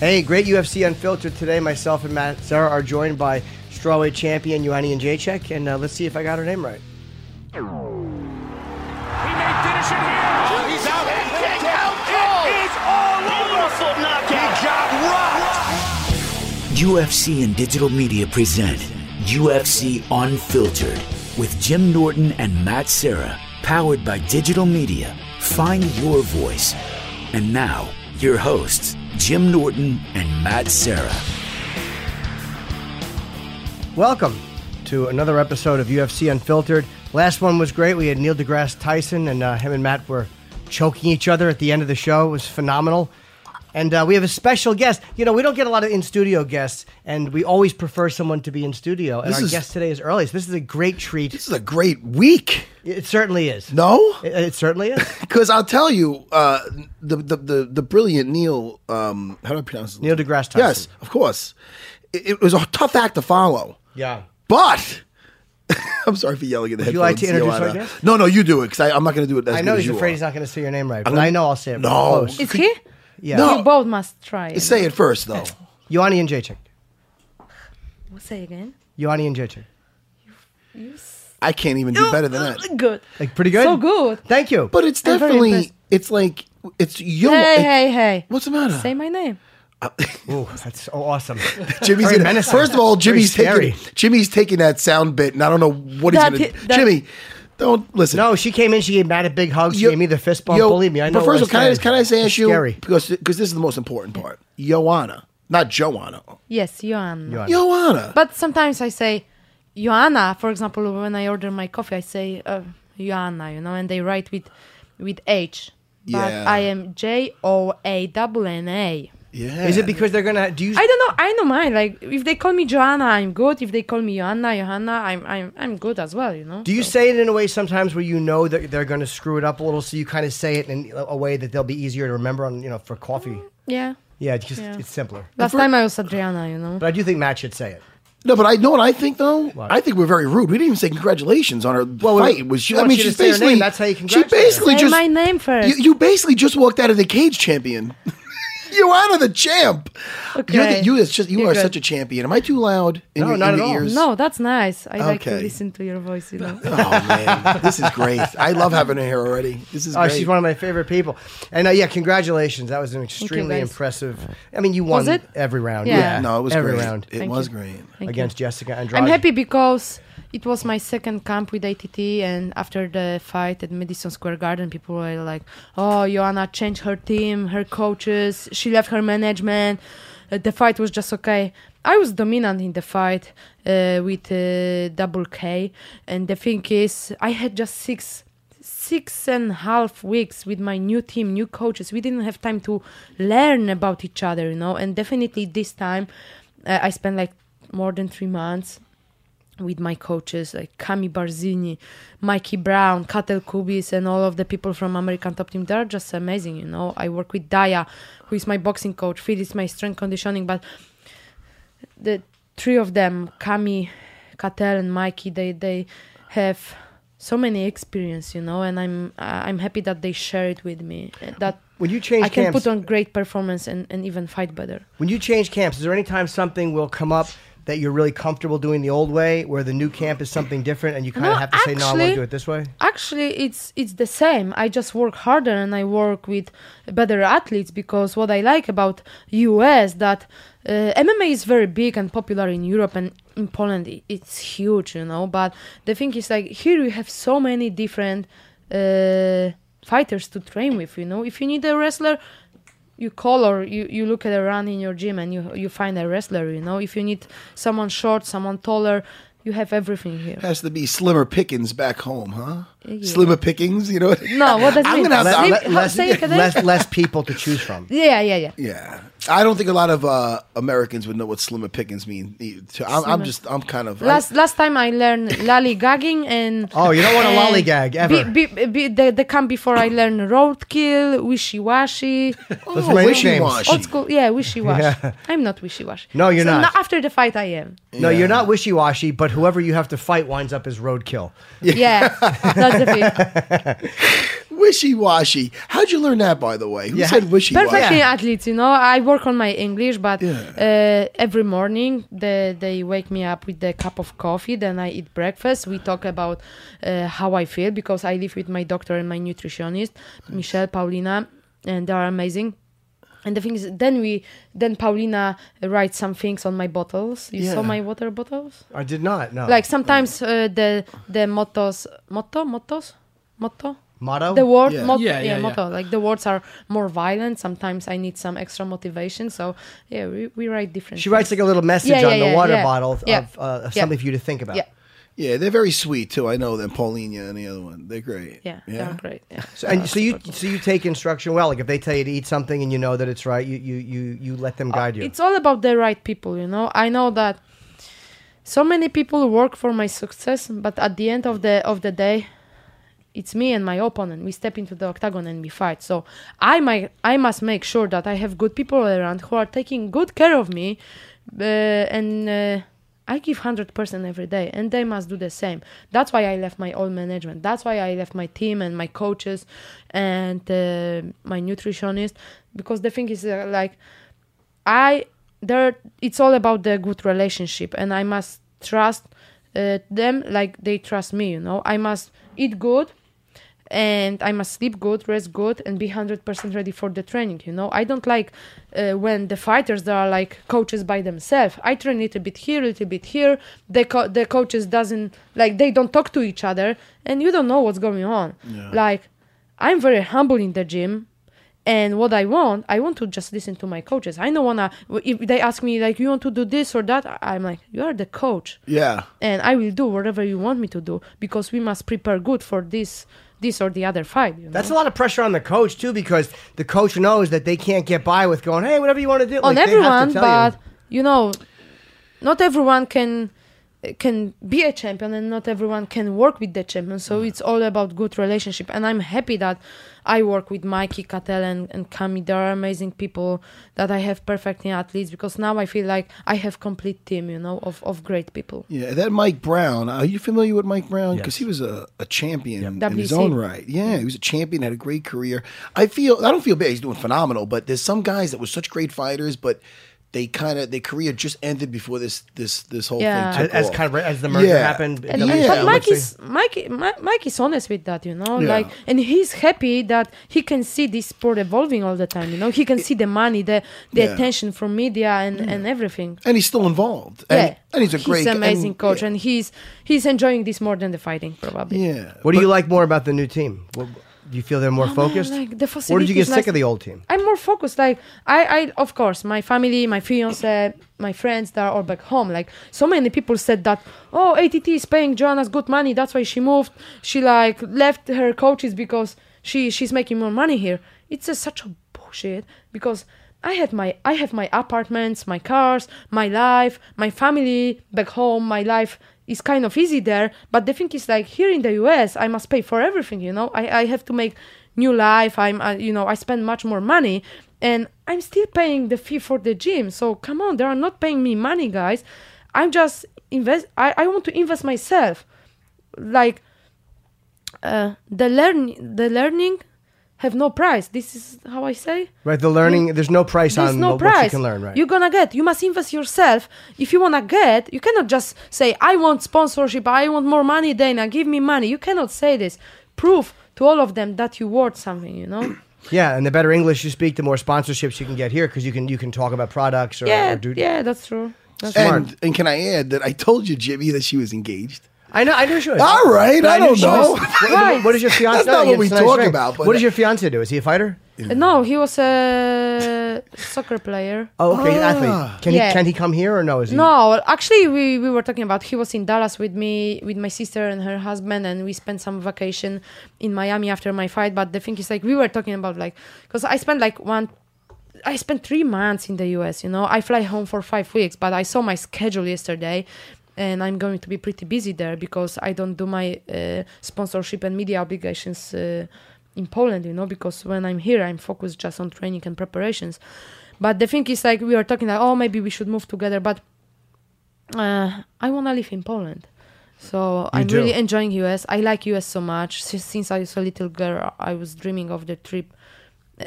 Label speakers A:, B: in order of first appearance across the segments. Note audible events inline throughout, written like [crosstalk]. A: Hey, great UFC Unfiltered today. Myself and Matt Sarah are joined by strawweight champion Joanny and Jacek, and uh, let's see if I got her name right.
B: Oh He may finish it here. he's out. It's out cold. It is all Beautiful over. knockout. He got rocked.
C: UFC and digital media present UFC Unfiltered with Jim Norton and Matt Serra, powered by digital media. Find your voice. And now, your hosts, Jim Norton and Matt Serra.
A: Welcome to another episode of UFC Unfiltered. Last one was great. We had Neil deGrasse Tyson, and uh, him and Matt were choking each other at the end of the show. It was phenomenal. And uh, we have a special guest. You know, we don't get a lot of in studio guests, and we always prefer someone to be in studio. And
D: This
A: our
D: is-
A: guest today is early, so this is a great treat.
D: This is a great week.
A: it certainly is.
D: No,
A: It, it certainly is.
D: because I'll tell you, uh, the, the the the brilliant Neil. Um, how do I pronounce his
A: Neil
D: last-
A: deGrasse Tyson.
D: [laughs] Yes, of course. It, it was a tough act to follow,
A: Yeah.
D: but. [laughs] I'm sorry for yelling at the
A: Would you
D: headphones.
A: like to introduce
D: Joanna.
A: our guest?
D: No, no, you do it because I'm not going to do it. As
A: I know
D: good
A: he's
D: as you
A: afraid
D: are.
A: he's not going to see your name right, but i know I'll say it.
D: No.
A: Close.
E: Is he?
A: Yeah.
D: No.
E: You both must try. it.
D: Say it first,
E: [laughs]
D: though.
A: Ioanni and Jacek.
E: Say again.
A: Ioanni and Jacek.
D: I can't even do better than
E: [laughs]
D: that.
E: Good.
A: Like pretty good.
E: So good.
A: Thank you.
D: But it's
E: I'm very
D: definitely.
E: impressed.
D: It's like it's you.
E: Hey, hey, hey.
D: What's the matter?
E: Say my name.
A: Ooh, that's so awesome.
D: [laughs] Jimmy's
A: Very
D: gonna,
A: menacing.
D: First of all, Jimmy's
A: scary.
D: taking Jimmy's taking that sound bit, and I don't know what
E: That
D: he's going
E: hi-
D: to.
E: that-
D: Jimmy, don't listen.
A: no, she came in. She gave Matt a big hug. She
D: Yo-
A: gave me the fist bump.
D: yo,
A: Believe me, I know.
D: But first of all, can I,
A: it's
D: can I say
A: it's
D: ask you
A: Scary.
D: because because this is the most important part. Joanna, not Joanna.
E: Yes, Joanna.
A: Ioanni.
D: Joanna.
E: But sometimes I say Joanna. For example, when I order my coffee, I say uh, Joanna, you know, and they write with with H. But
D: Yeah.
E: I am J O A W N A.
D: yeah.
A: Is it because they're gonna? Do you?
E: I don't know. I know mine. Like if they call me Joanna, I'm good. If they call me Joanna, Johanna, I'm I'm I'm good as well. You know.
A: do you
E: So-
A: say it in a way sometimes where you know that they're gonna screw it up a little, so you kind of say it in a way that they'll be easier to remember on, you know, for coffee.
E: Yeah.
A: Yeah, it's just
E: Mm. Yeah.
A: it's simpler.
E: Last time I was Adriana, you know.
A: But I do think Matt should say it.
D: no? But I know what I think though. I think we're very rude. We didn't even say congratulations on her
A: we-
D: fight. It was
A: she
D: I
A: wants
D: mean,
A: you to
D: she's
A: say her name.
D: basically
A: That's how you
D: she
A: congratulate her.
D: basically
E: Say
D: just
E: my name first.
D: You, you basically just walked out of the cage champion. [laughs] Joanna, the champ. You're the,
E: Okay.
D: you is just you
E: You're
D: are
E: good.
D: such a champion. Am I too loud? In
A: No,
D: your,
A: not
D: in
A: at
D: the
A: all.
D: Ears?
E: No, that's nice. I like to
D: Okay.
E: listen to your voice, you know.
D: Oh man, this is great. I love having her here already. This is
A: Oh,
D: great.
A: she's one of my favorite people. And uh, yeah, congratulations. That was an extremely
E: guys.
A: impressive. I mean, you won
E: Was it?
A: every round.
E: Yeah.
A: Yeah,
D: no, it was
A: every
D: great.
A: round
D: It
E: Thank
D: was
E: you.
D: great.
E: Thank
A: against Jessica Andrade.
E: I'm happy because it was my second camp with ATT, and after the fight at Madison Square Garden, people were like, "Oh, Joanna changed her team, her coaches. She left her management. Uh, the fight was just okay." I was dominant in the fight uh, with uh, Double K, and the thing is, I had just six six and a half weeks with my new team, new coaches. We didn't have time to learn about each other, you know. And definitely this time, uh, I spent like more than three months with my coaches like Kami Barzini, Mikey Brown, Katel Kubis, and all of the people from American Top Team. They're just amazing, you know. I work with Daya, who is my boxing coach. Fit is my strength conditioning, but the three of them, Kami, Katel, and Mikey, they they have so many experience, you know, and I'm uh, I'm happy that they share it with me. uh, That
A: When you change
E: I can
A: camps-
E: put on great performance and, and even fight better.
A: When you change camps, is there any time something will come up
F: that you're really comfortable doing the old way, where the new camp is something different, and you kind of
E: No,
F: have to say, "No, I want to
E: actually-
F: do it this way."
E: actually it's it's the same i just work harder and i work with better athletes because what i like about us that uh, mma is very big and popular in europe and in poland i- it's huge you know but the thing is like here you have so many different uh, fighters to train with you know if you need a wrestler you call or you, you look at a run in your gym and you you find a wrestler you know if you need someone short someone taller you have everything here
D: Has to be slimmer pickings back home, huh?
E: Yeah.
D: Slimmer pickings, you know?
E: No, what does it
D: I'm
E: mean?
D: gonna have to-
E: Slim-
D: I'm-
E: how-
F: less,
E: say it again?
F: less, less people to choose
D: [laughs]
F: from.
E: yeah yeah
F: [laughs]
E: yeah
D: Yeah, I don't think a lot of uh, Americans would know what slimmer pickings mean. either. I'm, I'm just, I'm kind of.
E: Last last time I learned lollygagging and
F: [laughs] Oh, you don't wanna
E: and
F: lollygag, ever.
E: Be, be, be, the, the camp before I learned roadkill, wishy
F: [laughs]
E: washy,
F: Those are my nicknames.
D: wishy-washy.
E: old school. Yeah, wishy washy. I'm not wishy washy.
F: No, you're
E: so
F: not.
E: no- after the fight, I am.
F: No, you're not wishy washy, but whoever you have to fight winds up as roadkill.
E: Yeah, [laughs] that's the thing.
D: wishy washy. How'd you learn that, by the way? Who said wishy
E: Perfectly
D: washy?
E: athletes, you know. I work on my English, but uh, every morning the, they wake me up with the cup of coffee. Then I eat breakfast. We talk about uh, how I feel because I live with my doctor and my nutritionist, Michelle Paulina, and they are amazing. And the thing is, then we, then Paulina writes some things on my bottles. You saw
D: Yeah.
E: my water bottles.
F: I did not.
A: Oh,
F: No.
E: Like sometimes uh, the the mottos, motto, mottos, motto
F: motto.
E: the word
D: Yeah.
E: mot-
G: Yeah,
E: yeah,
G: yeah, yeah.
E: motto like the words are more violent sometimes i need some extra motivation so yeah we, we write different
F: she writes like a little message
E: Yeah, yeah,
F: on the
E: yeah,
F: water
E: yeah.
F: bottle of
E: Yeah.
F: uh, of
E: Yeah.
F: something for you to think about.
E: yeah
D: Yeah, they're very sweet too. I know them, Paulina and the other one. They're great.
E: yeah,
D: yeah.
E: they're great yeah.
F: So, and so you so you take instruction well. Like if they tell you to eat something and you know that it's right, you you you, you let them guide you.
E: Uh, it's all about the right people you know i know that so many people work for my success but at the end of the of the day it's me and my opponent we step into the octagon and we fight so i might i must make sure that i have good people around who are taking good care of me uh, and uh, i give 100% every day and they must do the same that's why i left my own management that's why i left my team and my coaches and uh, my nutritionist because the thing is uh, like I there it's all about the good relationship and I must trust uh, them like they trust me, you know. I must eat good and I must sleep good, rest good and be 100% ready for the training, you know. I don't like uh, when the fighters they are like coaches by themselves. I train a little bit here, a little bit here. The co- the coaches doesn't like they don't talk to each other and you don't know what's going on. Like I'm very humble in the gym and what i want i want to just listen to my coaches i don't wanna if they ask me like you want to do this or that I- i'm like you are the coach
D: Yeah.
E: and i will do whatever you want me to do because we must prepare good for this this or the other fight you know?
F: That's a lot of pressure on the coach too, because the coach knows that they can't get by with going, "Hey, whatever you want to do."
E: on
F: Like, they have to
E: everyone
F: tell
E: but
F: you.
E: you. know not everyone can can be a champion and not everyone can work with the champion so it's all about good relationship and i'm happy that i work with mikey cattell and, and kami they are amazing people that i have perfecting athletes because now i feel like i have complete team you know of, of great people
D: Yeah, that Mike Brown. Are you familiar with Mike Brown? Because he was a, a champion in his
E: WC.
D: own right. Yeah, he was a champion, had a great career. I feel I don't feel bad. He's doing phenomenal, but there's some guys that were such great fighters, but they kind of their career just ended before this this this whole
E: Yeah.
D: thing
F: as,
D: took
F: as
D: off.
F: kind of as the merger
D: Yeah.
F: happened.
E: And,
F: the
E: and-
F: leadership
E: but
D: Yeah.
E: Mike
F: would say-
E: is Mike, Mike Mike is honest with that, you know.
D: Yeah.
E: Like, and he's happy that he can see this sport evolving all the time. You know, he can see the money, the the
D: Yeah.
E: attention from media and and everything.
D: and he's still involved.
E: Yeah,
D: And, and he's a great and-
E: amazing coach,
D: yeah.
E: and he's he's enjoying this more than the fighting, probably.
D: yeah.
F: What do you like more about the new team? What, do you feel they're more
E: man,
F: focused,
E: like, the
F: or did you get
E: facilities
F: sick
E: last-
F: of the old team?
E: I'm more focused. Like I, I of course, my family, my fiance, my friends, they're all back home. Like so many people said that, oh, ATT is paying Joanna's good money. That's why she moved. She like left her coaches because she she's making more money here. It's a, such a bullshit because I had my I have my apartments, my cars, my life, my family back home. My life is kind of easy there. But the thing is, like here in the US, I must pay for everything. You know, I, I have to make new life. I'm uh, you know I spend much more money, and I'm still paying the fee for the gym. So come on, they are not paying me money, guys. I'm just invest. I, I want to invest myself, like uh, the learn the learning have no price. This is how I say.
F: Right, the learning. There's no price
E: There's
F: on
E: no
F: what, what
E: price.
F: you can learn. Right.
E: You're gonna get. You must invest yourself. If you wanna get, you cannot just say, "I want sponsorship. I want more money, Dana. Give me money." You cannot say this. Prove to all of them that you worth something. You
F: [coughs]
E: know.
F: yeah, and the better English you speak, the more sponsorships you can get here because you can you can talk about products or,
E: yeah.
F: or do.
E: yeah. That's true. That's true.
D: And and can I add that I told you, Jimmy, that she was engaged.
F: I know. I knew she was.
D: All right, I
F: knew
D: don't
F: she was-
D: know.
F: What- what does your fiance?
D: That's not
F: no,
D: what we
F: it's nice
D: talk
F: ring.
D: about, but-
F: What does your fiance do? Is he a fighter?
E: Uh, No, he was a [coughs] soccer player.
F: Oh, okay, athlete. Can
E: Yeah.
F: he can he come here or no? Is he?
E: No, actually, we, we were talking about he was in Dallas with me, with my sister and her husband, and we spent some vacation in Miami after my fight. But the thing is, like, we were talking about like, because I spent like one, I spent three months in the U.S. You know, I fly home for five weeks, but I saw my schedule yesterday. And I'm going to be pretty busy there because I don't do my uh, sponsorship and media obligations uh, in Poland, you know, because when I'm here, I'm focused just on training and preparations. But the thing is, like, we were talking like, oh, maybe we should move together. But uh, I want to live in Poland. So I'm
F: do.
E: really enjoying US. I like US so much. Si- Since I was a little girl, I was dreaming of the trip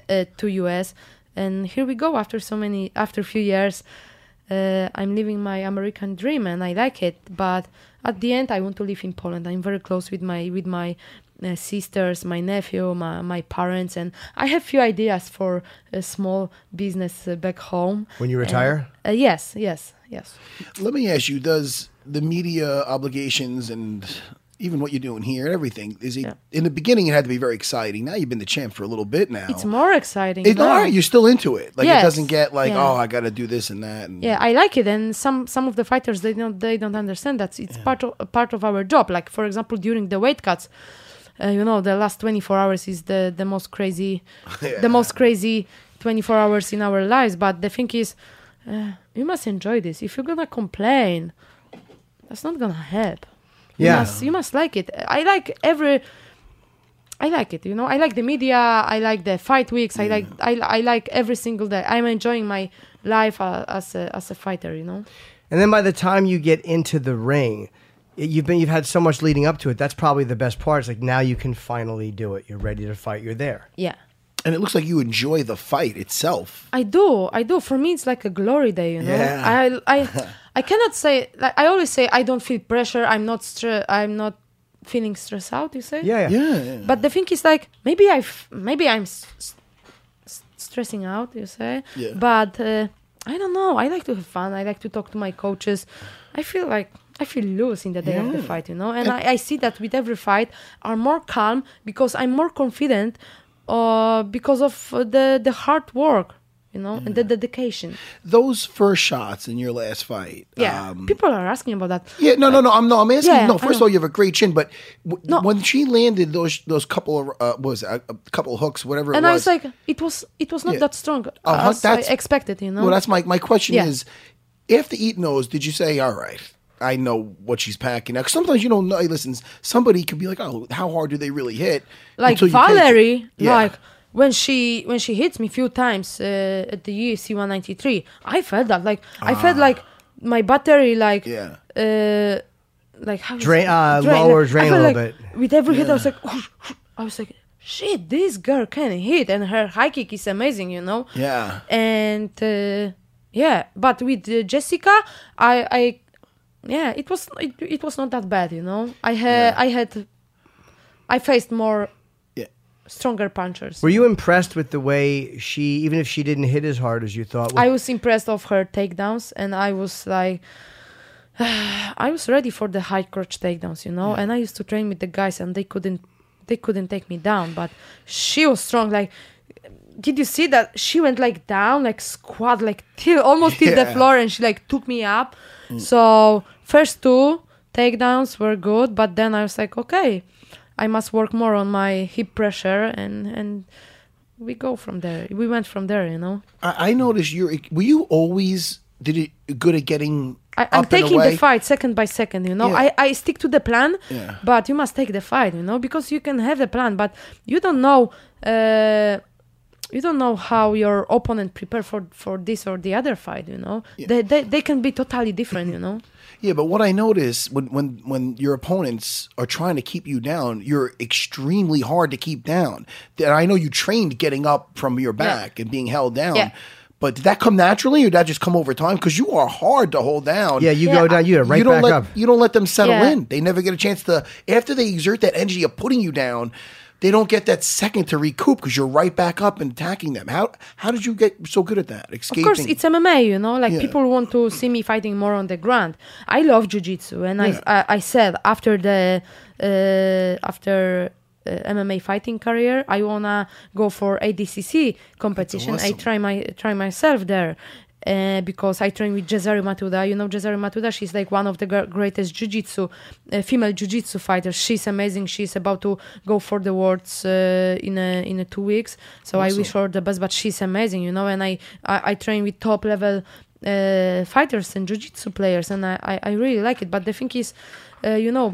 E: uh, to US. And here we go after so many, after a few years. Uh, I'm living my American dream and I like it, but at the end I want to live in Poland. I'm very close with my with my uh, sisters, my nephew, my, my parents, and I have few ideas for a small business uh, back home.
F: When you
E: And-
F: retire?
E: uh, yes, yes, yes.
D: Let me ask you: Does the media obligations and even what you're doing here and everything is it
E: Yeah.
D: in the beginning? It had to be very exciting. Now you've been the champ for a little bit now.
E: It's more exciting.
D: It,
E: now.
D: all right, you're still into it. Like
E: Yes.
D: it doesn't get like,
E: Yeah.
D: oh, I got to do this and that. And
E: yeah, I like it, and some some of the fighters they don't they don't understand that it's part of part of our job. Like for example, during the weight cuts, uh, you know, the last twenty four hours is the the most crazy, the most crazy twenty four hours in our lives. But the thing is, uh, you must enjoy this. If you're gonna complain, that's not gonna help.
F: Yeah.
E: you must, you must like it. I like every I like it, you know. I like the media. I like the fight weeks. I like I, I like every single day. I'm enjoying my life uh, as a as a fighter, you know.
F: And then by the time you get into the ring, y- you've been you've had so much leading up to it. That's probably the best part. It's like now you can finally do it. You're ready to fight. You're there.
E: Yeah,
D: and it looks like you enjoy the fight itself.
E: I do. I do. For me, it's like a glory day, you know.
D: Yeah.
E: I I I cannot say. Like, I always say I don't feel pressure. I'm not stre- I'm not feeling stressed out. You say.
F: Yeah, yeah.
D: Yeah, yeah.
E: But the thing is, like, maybe I, f- maybe I'm s- s- stressing out. You say,
D: Yeah.
E: but uh, I don't know. I like to have fun. I like to talk to my coaches. I feel like I feel loose in the day of the fight, you know. And I, I see that with every fight, I'm more calm because I'm more confident, uh, because of uh, the the hard work, you know, and the dedication.
D: those first shots in your last fight.
E: Yeah,
D: um,
E: people are asking about that.
D: yeah. No, no, no. I'm no. I'm asking.
E: Yeah,
D: no.
E: I
D: First of
E: know.
D: all, you have a great chin, but w-
E: No.
D: when she landed those those couple of uh, what was it, a, a couple of hooks, whatever.
E: And
D: it
E: I
D: was,
E: was like, it was it was not
D: Yeah.
E: that strong
D: Oh, huh,
E: as I
D: that's-
E: expected, you know.
D: Well, that's my my question
E: Yeah.
D: is, after eating those, did you say, all right? I know what she's packing now. 'Cause sometimes you don't know. Listen, somebody could be like, "Oh, how hard do they really hit?"
E: like
D: until you take it.
E: Valerie,
D: Yeah.
E: like when she when she hits me few times uh, at the UFC 193, I felt that like I felt like my battery like
D: Ah. Yeah.
E: uh, like how is
F: Drain-
E: it?
F: uh, lower
E: I
F: drain a
E: felt
F: little
E: like
F: bit.
E: With every hit, I was like, oh, I was like, shit, this girl can hit, and her high kick is amazing, you know.
D: Yeah.
E: And uh, yeah, but with uh, Jessica, I I. Yeah, it was it, it was not that bad, you know. I had I had I faced more
D: Yeah.
E: stronger punchers.
F: Were you impressed with the way she, even if she didn't hit as hard as you thought?
E: I was impressed of her takedowns, and I was like, [sighs] I was ready for the high crotch takedowns, you know. And I used to train with the guys, and they couldn't, they couldn't take me down. But she was strong. Like, did you see that she went like down, like squat, like till almost till the
D: Yeah.
E: floor, and she like took me up. So first two takedowns were good, but then I was like, okay, I must work more on my hip pressure, and and we go from there. We went from there, you know.
D: I, I noticed you're. Were you always did it good at getting?
E: I, I'm
D: up and
E: taking
D: away?
E: the fight second by second, you know.
D: Yeah.
E: I, I stick to the plan,
D: Yeah.
E: but you must take the fight, you know, because you can have the plan, but you don't know. Uh, you don't know how your opponent prepare for for this or the other fight. You know, they, they they can be totally different. you know.
D: Yeah, but what I notice when when when your opponents are trying to keep you down, you're extremely hard to keep down. And I know you trained getting up from your back and being held down.
E: Yeah.
D: But did that come naturally, or did that just come over time? Because you are hard to hold down.
F: Yeah, you
E: Yeah,
F: go down, you are right
D: you don't
F: back
D: let
F: up.
D: you don't let them settle
E: Yeah.
D: in. They never get a chance to after they exert that energy of putting you down. They don't get that second to recoup because you're right back up and attacking them. How how did you get so good at that? Escaping.
E: Of course, it's MMA, you know. Like
D: Yeah.
E: people want to see me fighting more on the ground. I love jujitsu, and I, I I said after the uh, after uh, MMA fighting career, I wanna go for ADCC competition. I try my try myself there. Uh, because I train with Jezari Matuda, you know Jezari Matuda. She's like one of the gr- greatest jiu-jitsu, uh, female jiu-jitsu fighters. She's amazing. She's about to go for the worlds uh, in a, in a two weeks. So I wish her the best. But she's amazing, you know. And I I, I train with top level uh, fighters and jiu-jitsu players, and I, I I really like it. But the thing is, uh, you know,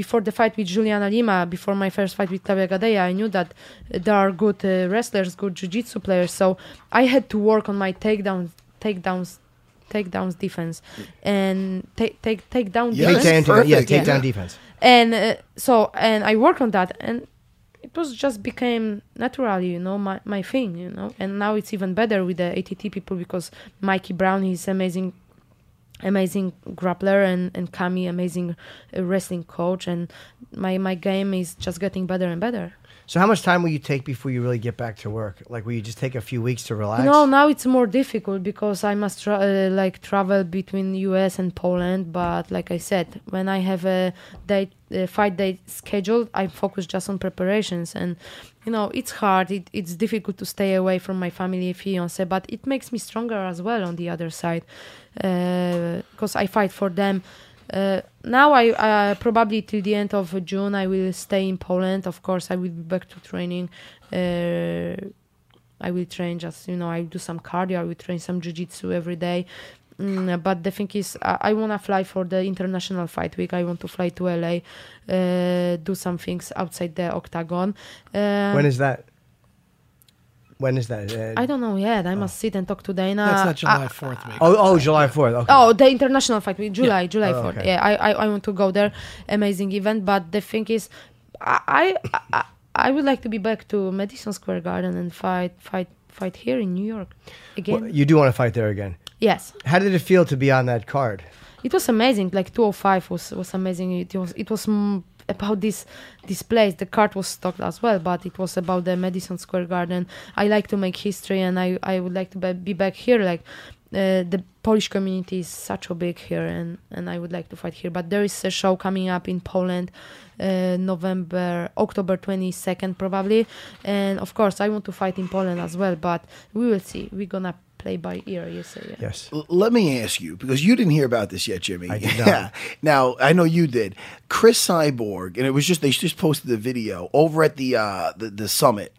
E: before the fight with Juliana Lima, before my first fight with Claudia Gadea, I knew that uh, there are good uh, wrestlers, good jiu-jitsu players. So I had to work on my takedown, takedowns, takedowns defense, and take take takedown
D: Yeah.
F: Take
E: defense.
F: down,
D: Perfect.
F: yeah, take
E: Yeah.
F: down defense.
E: And uh, so and I worked on that, and it was just became naturally, you know, my my thing, you know. And now it's even better with the ATT people because Mikey Brown is amazing amazing grappler and and Kami amazing uh, wrestling coach and my my game is just getting better and better.
F: So, how much time will you take before you really get back to work? Like, will you just take a few weeks to relax?
E: No, now it's more difficult because I must tra- uh, like travel between US and Poland. But like I said, when I have a date, a fight date scheduled, I focus just on preparations. And you know, it's hard. It, it's difficult to stay away from my family, fiance, but it makes me stronger as well on the other side because I fight for them. Uh, now I uh, probably till the end of June I will stay in Poland. Of course, I will be back to training. Uh, I will train just you know I do some cardio, I will train some jujitsu every day. Mm, but the thing is, I, I wanna fly for the international fight week. I want to fly to LA, uh, do some things outside the octagon. Uh,
F: When is that? When is that? Uh,
E: I don't know yet. I must sit and talk to Dana.
G: That's not
E: I-
G: July fourth, maybe.
F: Oh, oh, July fourth. Okay.
E: Oh, the international fight with July, July
F: Oh,
E: 4th.
F: okay.
E: Yeah, I, I, I want to go there. Amazing event. But the thing is, I, I, I, I would like to be back to Madison Square Garden and fight, fight, fight here in New York again.
F: Well, you do want to fight there again.
E: yes,
F: How did it feel to be on that card?
E: it was amazing. Like 205 was was amazing. It was it was mm, about this this place. The card was stocked as well, but it was about the Madison Square Garden. I like to make history, and I I would like to be, be back here. Like uh, the Polish community is such a big here, and and I would like to fight here. But there is a show coming up in Poland. Uh, November, October 22nd, probably, and of course, I want to fight in Poland as well. But we will see. We're gonna play by ear, you say. Yeah.
F: Yes.
D: L- let me ask you because you didn't hear about this yet, Jimmy. I [laughs]
F: did not.
D: Now I know you did. Chris Cyborg, and it was just they just posted the video over at the uh, the, the summit.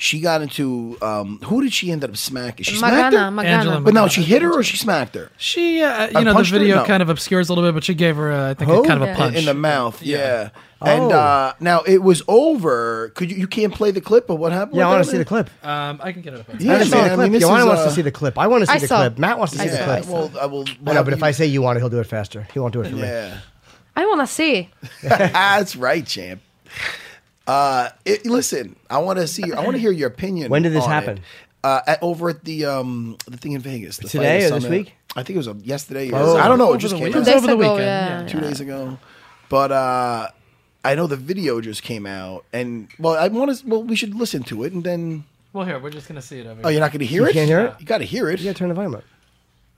D: She got into um, who did she end up smacking? She smacked her,
E: Magana, Magana.
G: Angela
D: but no, she hit her or she smacked her
G: She, uh,
D: I
G: you know, the
D: punched her?
G: video
D: No.
G: kind of obscures a little bit, but she gave her, uh, I think,
F: Who?
G: a, kind of
E: Yeah.
G: a punch.
D: in the mouth. Yeah. And
F: Oh.
D: uh, now it was over. Could you, you can't play the clip of what happened?
F: Yeah, I
D: with
F: want
D: that?
F: to see the clip.
G: um, I can get it up.
F: I
D: Yeah,
F: want to see
D: man,
F: the
D: I
F: clip.
D: mean, this
F: Joanna
D: is,
F: wants to
D: uh,
F: see the clip. I want to see
E: I
F: the
E: saw.
F: clip. Matt wants to see
E: I
F: the
E: saw,
D: Yeah,
F: clip.
E: saw.
D: well, I will.
F: I know, but if I say you want it, he'll do it faster. He won't do it for me.
D: yeah.
E: I wanna see.
D: That's right, champ. Uh, it, listen, I want to see. I want to hear your opinion.
F: When did this
D: on it.
F: happen?
D: Uh, at, over at the um the thing in Vegas the
F: Today
D: Fighter
F: or this
D: Summit.
F: week?
D: I think it was uh, yesterday. Or
F: Oh.
D: I don't know. It
G: Over
D: just
G: the
D: came
G: week-
D: out
E: Two days
G: over the
E: ago,
G: weekend.
E: yeah.
G: yeah.
D: two days ago, but uh, I know the video just came out, and well, I want to. Well, we should listen to it, and then.
G: Well, here we're just gonna see it over.
D: Oh,
G: here.
D: you're not going to hear it.
F: can't hear it?
D: You got to hear it.
F: You gotta turn the volume up.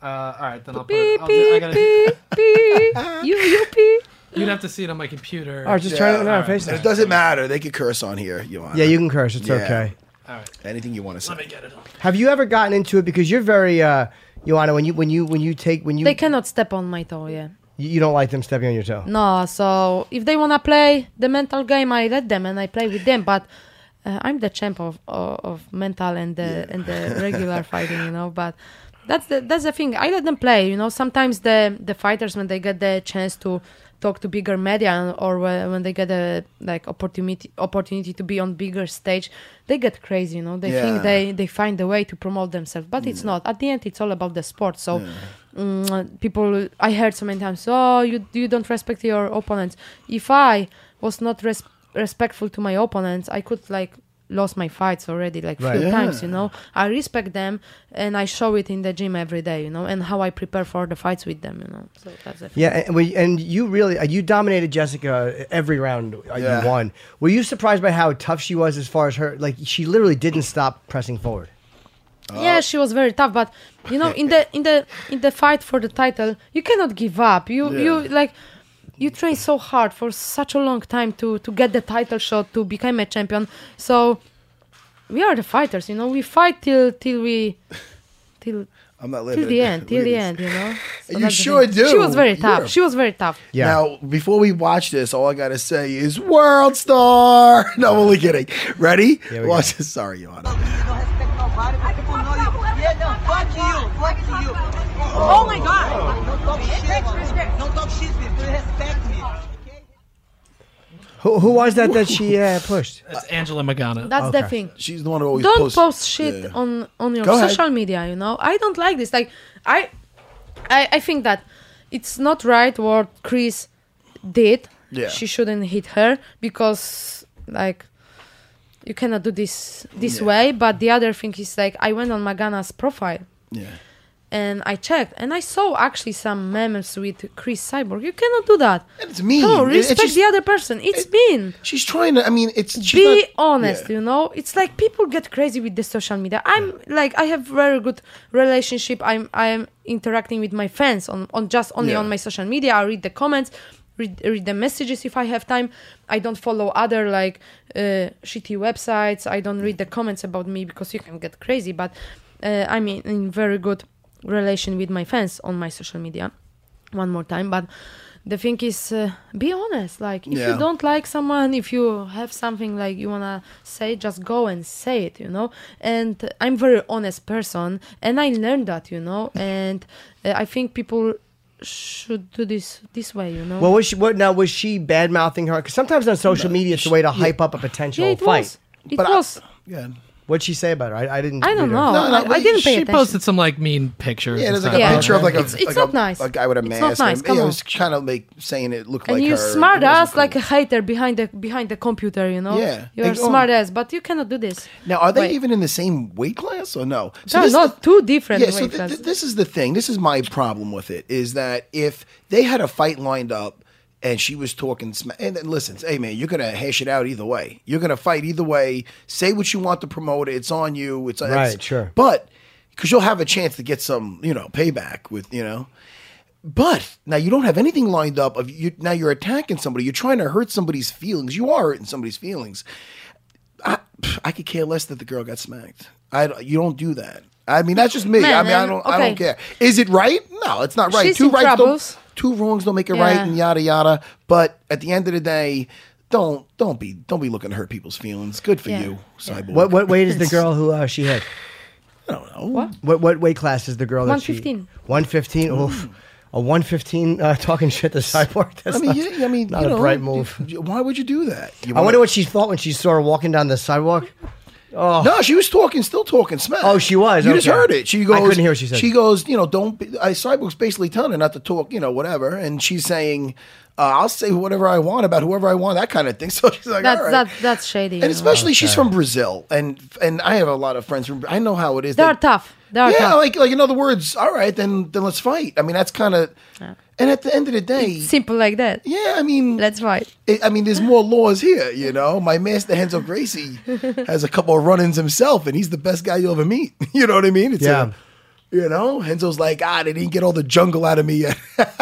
G: Uh, all right, then I'll put
E: Beep
G: it. I'll do, I
E: beep
G: gotta,
E: beep beep. You you beep.
G: You'd have to see it on my computer.
F: All right, just turn it on our
G: Alright.
F: face.
D: It doesn't matter. They could curse on here. You want?
F: Yeah, you can curse. It's
D: Yeah.
F: okay.
G: All right,
D: anything you want to say.
G: let me get it. Up.
F: Have you ever gotten into it because you're very, uh, Joanna? When you when you when you take when you
E: They cannot step on my toe. Yeah.
F: you you don't like them stepping on your toe.
E: No. So if they wanna play the mental game, I let them and I play with them. But uh, I'm the champ of, of of mental and the and the regular fighting, you know. But that's the that's the thing. I let them play. You know. Sometimes the the fighters when they get the chance to talk to bigger media or when when they get a like opportunity opportunity to be on bigger stage they get crazy you know they
D: Yeah.
E: think they they find a way to promote themselves but it's not at the end it's all about the sport so mm, people i heard so many times oh you you don't respect your opponents if i was not res- respectful to my opponents i could like lost my fights already like
F: Right.
E: few
D: Yeah.
E: times you know i respect them and i show it in the gym every day you know and how i prepare for the fights with them you know so that's it
F: Yeah, and, we, and you really uh, you dominated Jessica every round uh,
D: Yeah.
F: you won. Were you surprised by how tough she was as far as her like she literally didn't stop pressing forward?
E: yeah she was very tough but you know in the in the in the fight for the title you cannot give up you you like you train so hard for such a long time to to get the title shot to become a champion so we are the fighters you know we fight till till we
D: [laughs]
E: till
D: I'm not living
E: till the end till the end you know So
D: You
E: that's the
D: sure
E: thing.
D: do.
E: she was very tough
D: You're a-
E: she was very tough
F: Yeah.
D: Now, before we watch this, all I gotta say is world star. [laughs] No, I'm only kidding. Ready?
F: we
D: Watch this. Sorry, Johanna.
B: Oh my god! Don't talk shit. Don't talk shit, please respect me.
F: Who, who was that that
D: [laughs]
F: she uh, pushed?
G: That's Angela Magana.
E: that's the
F: Okay.
E: thing
D: She's the one who always
E: don't
D: posts-
E: post shit
D: Oh, Yeah.
E: on on your
D: Go ahead.
E: social media you know i don't like this like i i, I think that it's not right what chris did
D: Yeah.
E: she shouldn't hit her because like you cannot do this this
D: Yeah.
E: way but the other thing is like i went on magana's profile
D: Yeah.
E: and I checked, and I saw actually some memes with Chris Cyborg. You cannot do that.
D: It's mean.
E: No,
D: It- it's
E: respect
D: just-
E: the other person. It's
D: it-
E: mean
D: She's trying to. I mean, it's she's
E: be
D: not-
E: honest
D: Yeah.
E: you know it's like people get crazy with the social media i'm like i have very good relationship i'm i'm interacting with my fans on, on just only
D: Yeah.
E: on my social media i read the comments read, read the messages if i have time i don't follow other like uh, shitty websites i don't read the comments about me because you can get crazy but uh, i'm in, in very good relation with my fans on my social media one more time but the thing is uh, be honest like if
D: Yeah.
E: you don't like someone if you have something like you want to say just go and say it you know and i'm very honest person and i learned that you
D: [laughs]
E: know and uh, i think people should do this this way you know
F: Well, was she what now? Was she bad mouthing her? Because sometimes on social media it's a way to hype up a potential
E: yeah it
F: fight.
E: was it
D: But I-
E: was
D: Yeah.
F: What'd she say about her? I, I didn't.
E: I, don't
F: read her.
E: know
D: No, no,
E: I, I
D: but
E: didn't pay
G: she
E: attention
G: posted some like mean pictures.
D: Yeah,
G: and
D: there's like
G: stuff.
D: a
E: Yeah.
D: picture of like a
E: It's- it's
D: like
E: not
D: a,
E: nice.
D: a guy with a
E: It's not
D: mask.
E: nice,
D: and,
E: come
D: yeah, it
E: on.
D: was trying to make saying it looked
E: and
D: like
E: you
D: her.
E: smart
D: It wasn't
E: ass
D: cool.
E: like a hater behind the behind the computer you know
D: Yeah.
E: you're
D: And- oh.
E: smart ass but you cannot do this
D: Now, are they
E: Wait.
D: even in the same weight class or no?
E: No,
D: this-
E: no, two different
D: Yeah, so
E: weight
D: th- th-
E: classes.
D: this is the thing. This is my problem with it is that if they had a fight lined up and she was talking sma and, and listen, hey man, you're gonna hash it out either way. You're gonna fight either way. Say what you want to promote. it. It's on you. It's on
F: Right, sure.
D: but because you'll have a chance to get some, you know, payback with you know. But now you don't have anything lined up. Of you now, you're attacking somebody. You're trying to hurt somebody's feelings. You are hurting somebody's feelings. I, pff, I could care less that the girl got smacked. I don't- you don't do that. I mean, that's just me. I
E: Man,
D: mean, I
E: and-
D: don't. I don't
E: okay.
D: care. Is it right? No, it's not right.
E: She's
D: two
E: in
D: rights
E: troubles.
D: don't. Two wrongs don't make it right,
E: Yeah.
D: and yada yada. But at the end of the day, don't don't be don't be looking to hurt people's feelings. Good for
E: Yeah.
D: you, cyborg.
F: What what weight is the girl who uh, she hit?
D: I don't know.
F: What what weight class is the girl? One
E: 115.
F: One fifteen. Oof. A one fifteen uh, talking shit to cyborg. [laughs] That's
D: Hmm. I mean,
F: not,
D: yeah, I mean,
F: not
D: you
F: a
D: know,
F: bright
D: you-
F: move.
D: you- why would you do that? You
F: I
D: wanna-
F: wonder what she thought when she saw her walking down the sidewalk.
D: No, she was talking, still talking smack.
F: Oh, she was,
D: You just
F: okay.
D: heard it. She
F: I
D: goes.
F: couldn't hear what she said.
D: She goes. You know, don't. Be, I cyborg's basically telling her not to talk. You know, whatever. And she's saying, uh, "I'll say whatever I want about whoever I want," that kind of thing. [laughs] So she's like,
E: that's
D: "All right."
E: that's that's shady you
D: and
E: know.
D: especially she's from Brazil, and and I have a lot of friends from. I know how it is.
E: they
D: They-
E: are tough they are
D: yeah,
E: tough
D: like like in other words, all right, then then let's fight. I mean, that's kind of. And at the end of the day,
E: simple like that
D: yeah, I mean,
E: let's fight
D: it, I mean, there's more laws here, you know. My master Henzo Gracie has a couple of run-ins himself, and he's the best guy you'll ever meet. [laughs] You know what I mean? It's
F: Yeah.
D: A, you know, Henzo's like, ah, they didn't get all the jungle out of me yet.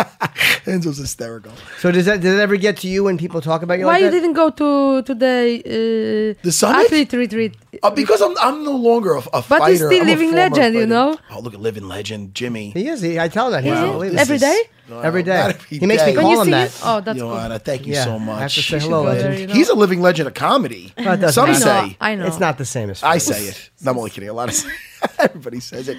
D: [laughs] Henzo's hysterical.
F: So does that did it ever get to you when people talk about you?
E: Why
F: like
E: you
F: that?
E: didn't go to to the uh,
D: The summit?
E: athlete retreat?
D: Uh, because I'm I'm no longer a, a fighter.
E: But he's still
D: I'm a
E: living
D: former
E: legend, you
D: fighter.
E: know?
D: Oh, look at living legend, Jimmy.
F: He is. He, I tell him that. He doesn't believe it.
E: Every
D: is-
E: day?
D: No,
F: Every day.
D: not every
F: He makes me
D: day.
F: call
E: When you
F: him
E: see
F: that.
E: it? Oh, that's cool.
D: Joanna, thank you
F: Yeah,
D: so
F: I have
D: much.
F: to say
D: She
F: hello,
D: should go
F: legend.
D: there, you
E: know.
D: He's a living legend of comedy.
F: That doesn't
D: Some
F: matter.
D: say
E: I know.
F: It's not the same as.
D: I say [laughs] it. No, I'm only kidding. A lot of everybody says it.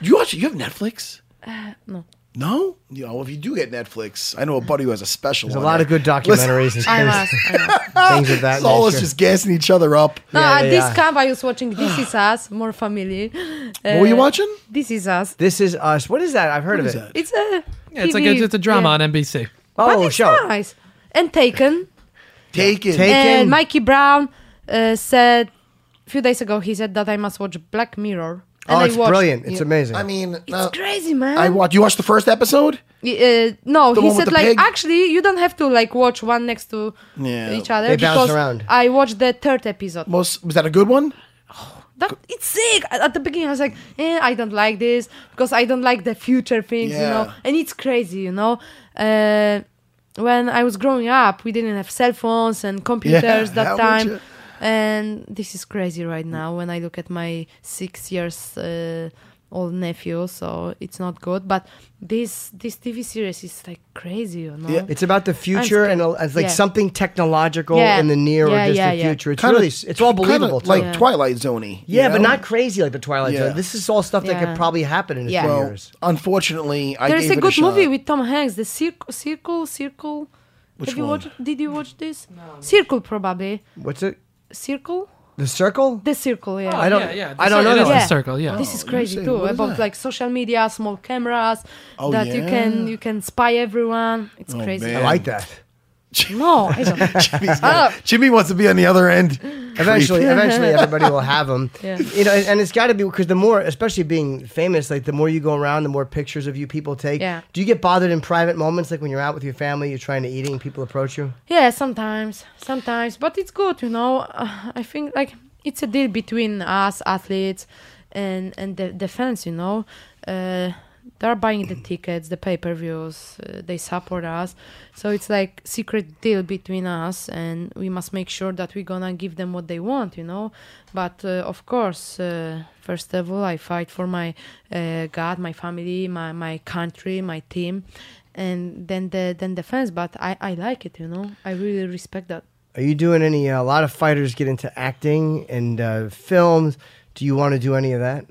D: You watch? You have Netflix?
E: Uh, no.
D: No, you know, if you do get Netflix, I know a buddy who has a special.
A: There's a
D: on
A: lot
D: there.
A: of good
D: Listen,
A: documentaries and
E: [laughs]
D: [laughs]
E: I
A: things,
E: must. I must.
A: things of that
D: It's all us
A: nature.
D: just gassing each other up.
E: No,
A: Yeah,
E: at
A: yeah,
E: this
A: yeah.
E: camp I was watching This Is Us, more family. Uh,
D: what were you watching?
E: This Is Us.
A: This is us. What is that? I've heard of
D: What is
A: it.
D: that?
E: It's a.
G: Yeah, it's like
E: TV
G: a, it's a drama
E: yeah.
G: on NBC.
E: But
A: Oh,
E: it's
A: show.
E: nice. And Taken.
D: Take it.
A: Take- Taken.
E: And Mikey Brown uh, said a few days ago. He said that I must watch Black Mirror. And
A: Oh,
E: I
A: it's
E: watched-
A: brilliant. It's amazing.
D: I mean, it's
E: Crazy man.
D: I watch. You watched the first episode?
E: Uh, no,
D: The
E: he
D: one with
E: said
D: the
E: like
D: pig?
E: actually you don't have to like watch one next to
D: Yeah.
E: each other
A: They bounce
E: because
A: around.
E: I watched the third episode.
D: Most was that a good one?
E: That it's sick. At at the beginning, I was like, eh, I don't like this because I don't like the future things, you know.
D: Yeah.
E: And it's crazy, you know. Uh, when I was growing up, we didn't have cell phones and
D: [laughs]
E: computers
D: how
E: that
D: would
E: time.
D: you?
E: And this is crazy right now when I look at my six years uh, old nephew. So it's not good. But this this TV series is like crazy, you know.
D: Yeah.
A: It's about the future and uh, it's like
E: Yeah.
A: something technological
E: Yeah.
A: in the near or
E: Yeah,
A: distant
E: yeah, yeah.
A: future. It's really it's all believable.
D: Kinda like
A: too.
D: Twilight Zoney.
A: yeah, but not crazy like the Twilight
D: Yeah.
A: Zone. This is all stuff that
E: Yeah.
A: could probably happen in a
E: Yeah.
A: few
E: Well,
A: years.
D: Unfortunately, I
E: There's
D: gave
E: a
D: it
E: good
D: shot.
E: movie with Tom Hanks, the Circle, Circle, Circle. Have you
D: one?
E: watched? Did you watch this? No. Circle, probably.
A: What's it?
E: Circle.
A: The Circle?
E: The Circle, yeah.
A: I don't.
G: yeah, yeah,
A: I don't
G: the
A: know.
G: Circle.
A: that
G: It
A: one.
G: is. Circle, yeah.
E: This is
D: Oh,
E: crazy
D: interesting.
E: too
D: What is
E: about
D: that?
E: like social media, small cameras
D: Oh,
E: that you can
D: yeah.
E: you can spy everyone. It's
D: Oh,
E: crazy.
D: man.
A: I like [laughs] that.
E: No, I don't.
D: [laughs] Jimmy's got- Jimmy wants to be on the other end.
A: Eventually,
E: [laughs]
A: eventually, everybody will have them.
E: Yeah.
A: You know, and, and it's got to be because the more, especially being famous, like the more you go around, the more pictures of you people take.
E: Yeah.
A: Do you get bothered in private moments, like when you're out with your family, you're trying to eating, people approach you?
E: yeah, sometimes, sometimes, but it's good, you know. Uh, I think like it's a deal between us athletes and and the, the fans, you know. Uh, they're buying the tickets, the pay per views. Uh, they support us, so it's like secret deal between us, and we must make sure that we're gonna give them what they want, you know. But uh, of course, uh, first of all, I fight for my uh, God, my family, my my country, my team, and then the then the fans. But I I like it, you know. I really respect that.
A: Are you doing any? Uh, a lot of fighters get into acting and uh, films. Do you want to do any of that?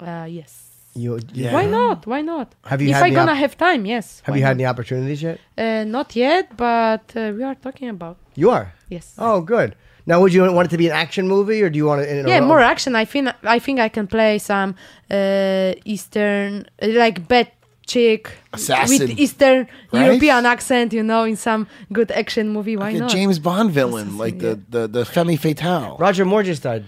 E: Uh, yes.
A: You,
D: Yeah.
E: Why not? Why not?
A: Have you
E: if
A: had
E: I
A: the
E: gonna
A: op-
E: have time, yes.
A: Have
E: why
A: you had
E: not?
A: any opportunities yet?
E: Uh, not yet, but uh, we are talking about
A: You are.
E: yes.
A: Oh, good. Now, would you want it to be an action movie, or do you want it in a
E: yeah,
A: rom-
E: more action. I think I think I can play some uh, Eastern, uh, like bad chick
D: Assassin,
E: with Eastern
D: right?
E: European accent, you know, in some good action movie. Why
D: Like a
E: not?
D: James Bond villain, like the, the, the femme fatale.
A: Roger Moore just died.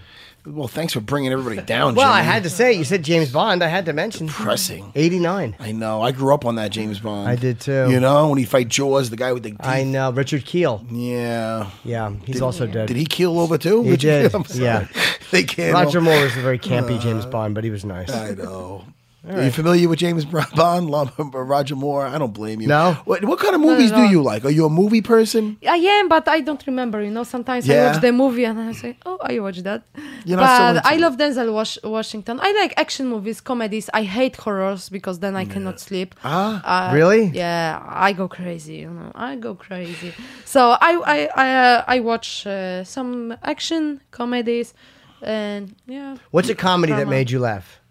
D: Well, thanks for bringing everybody down.
A: Well,
D: Jimmy.
A: I had to say, you said James Bond. I had to mention
D: Depressing.
A: eighty-nine.
D: I know. I grew up on that James Bond.
A: I did too.
D: You know, when he fight Jaws, the guy with the teeth.
A: I know Richard Keel.
D: yeah.
A: Yeah, he's also dead.
D: Did he keel over too?
A: He
D: Which-
A: did,
D: [laughs] I'm sorry.
A: yeah.
D: they can't.
A: Roger Moore was a very
D: Uh,
A: campy James Bond, but he was nice.
D: I know. Are you familiar with James Bro- [laughs] Bond, Lo- Roger Moore? I don't blame you.
A: No.
D: What, what kind of movies do
E: no.
D: you like? Are you a movie person?
E: I am, but I don't remember. You know, sometimes I
D: Yeah.
E: watch the movie and I say, "Oh, I watched that."
D: You're not so
E: but
D: into
E: I
D: it.
E: love Denzel Wash- Washington. I like action movies, comedies. I hate horrors because then I cannot sleep. Ah,
A: Really?
E: Yeah, I go crazy. You know, I go crazy. So I I I, uh, I watch uh, some action comedies, and yeah,
A: What's a comedy that
E: Drama.
A: made you laugh?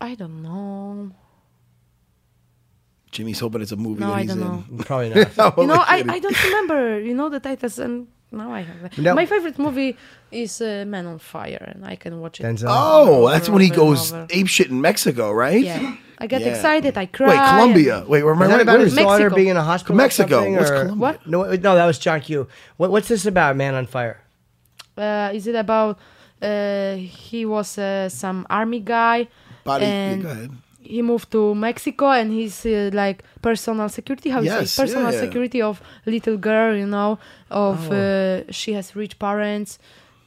E: I don't know.
D: Jimmy's hoping it's a movie
E: No,
D: that
E: I
D: he's
E: don't
D: in. [laughs]
E: know.
A: Probably not.
E: you know, I, I don't remember. You know the titles, and now I have.
A: No.
E: My favorite movie is uh, Man on Fire, and I can watch it.
A: Denzel.
D: Oh, that's when he
E: Over and
D: goes
E: over.
D: ape shit in Mexico, right?
E: Yeah, I get
D: Yeah.
E: excited. I cry.
D: Wait, Colombia. Wait,
A: Is
D: remember
A: that about his
E: Mexico.
A: daughter being in a hospital? or
D: Mexico.
A: something,
D: What's
A: or-
D: Colombia? What?
A: No, wait, no, that was John Q. What, what's this about? Man on Fire.
E: Uh, is it about? Uh, he was uh, some army guy,
D: Body. Yeah,
E: and
D: go ahead.
E: he moved to Mexico, and he's uh, like personal security. How you
D: Yes,
E: say personal
D: yeah. Oh.
E: security of little girl? You know, of uh, she has rich parents.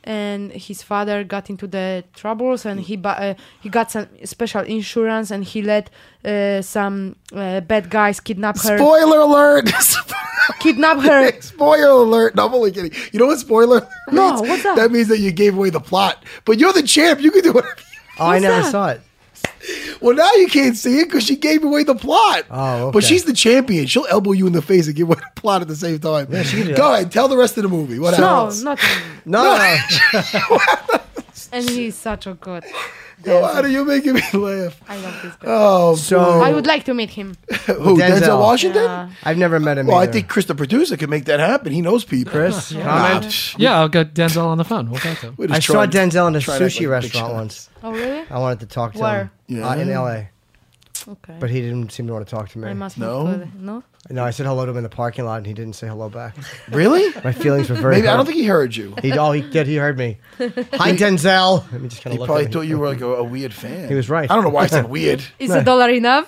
E: And his father got into the troubles, and he bu- uh, he got some special insurance, and he let uh, some uh, bad guys kidnap her,
D: Spoiler alert! [laughs]
E: kidnap her,
D: Spoiler alert! No, I'm only kidding. You know what spoiler alert
E: No,
D: means?
E: what's that?
D: That means that you gave away the plot. But you're the champ. You can do whatever.
A: Oh, I
E: What's
A: never
E: that?
A: saw it.
D: You, well, now you can't see it because she gave away the plot.
A: Oh,
D: But
A: okay.
D: she's the champion. She'll elbow you in the face and give away the plot at the same time. Yeah,
A: she did.
D: Go ahead. Tell the rest of the movie. What
E: No, [laughs]
D: else?
E: not.
A: No, no.
E: And he's such a good.
D: Yo, how do you making me [laughs] laugh?
E: I love this guy.
D: Oh,
A: So-
E: I would like to meet him.
D: who Denzel,
A: Denzel.
D: Washington?
E: Yeah.
A: I've never met him.
D: Well, I
A: either.
D: think Chris, the producer, can make that happen. He knows people. [laughs]
A: Chris,
D: Nah,
A: comment.
D: psh,
G: Yeah, I'll get Denzel on the phone. We'll talk to him.
D: we just
A: I saw
D: tried-
A: Denzel in a
D: tried to act
A: sushi
D: like big
A: restaurant
D: shots.
A: once.
E: Oh really?
A: I wanted to talk to
E: Where?
A: him uh, in
D: Yeah.
A: L.A.,
E: Okay.
A: but he didn't seem to want to talk to me.
E: I must
D: No.
E: Move to the, no.
A: No, I said hello to him in the parking lot, and he didn't say hello
E: [laughs]
A: back. [laughs]
D: Really?
A: My feelings were very.
D: Maybe I
A: hurt.
D: don't think he heard you.
A: He oh he did he heard
E: [laughs]
A: me. Hi Denzel. Let me just kind
D: He
A: of look.
D: probably
A: at him.
D: thought you were like a, a weird fan.
A: He was right.
D: I don't know why
A: [laughs]
D: I said weird.
E: Is a dollar enough?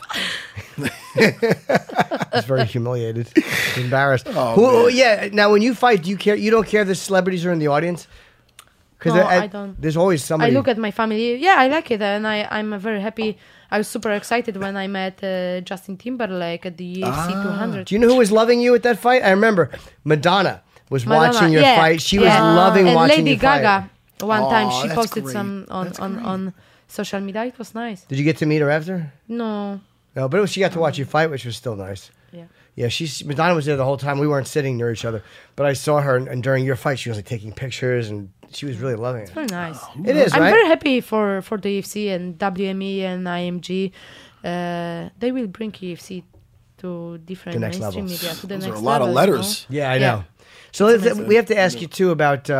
A: I was very
D: [laughs]
A: humiliated, embarrassed.
D: Oh,
A: Who,
D: man.
A: yeah. Now when you fight, do you care? You don't care the celebrities are in the audience. Because
E: No, I don't.
A: There's always
E: I
A: somebody.
E: look at my family. Yeah, I like it, and I I'm very happy. I was super excited when I met uh, Justin Timberlake at the
D: Ah.
E: UFC 200.
A: do you know who was loving you at that fight? I remember Madonna was
E: Madonna,
A: watching your
E: yeah,
A: fight. She
E: yeah.
A: was loving
E: and
A: watching
E: Lady
A: you fight.
E: Gaga. One
D: Aw,
E: time she
D: that's
E: posted
D: great.
E: some on
D: That's
E: on, on social media. It was nice.
A: Did you get to meet her after?
E: No,
A: No, but it was, she got to watch you fight, which was still nice.
E: yeah.
A: Yeah, she's Madonna was there the whole time. We weren't sitting near each other, but I saw her, and, and during your fight, she was like taking pictures, and she was really loving it.
E: Very nice.
A: It is
E: I'm
A: right.
E: very happy for, for the EFC and WME and IMG. Uh, they will bring EFC to different
A: next
E: mainstream
A: level.
E: media. To the
D: Those are
E: next
D: a lot of
E: level, you know?
D: letters.
A: Yeah, I
E: Yeah.
A: know. So let's, we have to ask you too about uh,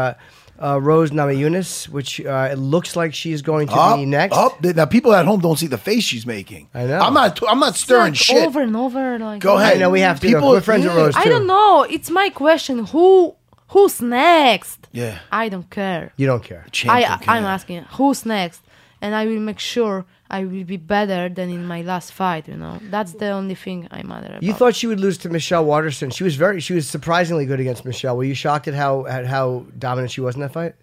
A: uh, Rose Namajunas, which uh, it looks like she's going to
D: Up,
A: be next.
D: up. Now people at home don't see the face she's making.
A: I know.
D: I'm not. I'm not
E: It's like
D: stirring shit.
E: Over and over. Like,
D: Go ahead.
A: I know we have to.
D: People-
A: People, we're friends with
D: yeah.
A: Rose too.
E: I don't know. It's my question. Who who's next?
D: Yeah.
E: I don't care.
A: You don't care.
E: I,
D: Champion,
E: I am
D: yeah.
E: asking who's next, and I will make sure I will be better than in my last fight. You know, that's the only thing I matter about.
A: You thought she would lose to Michelle Waterson. She was very. She was surprisingly good against Michelle. Were you shocked at how at how dominant she was in that fight?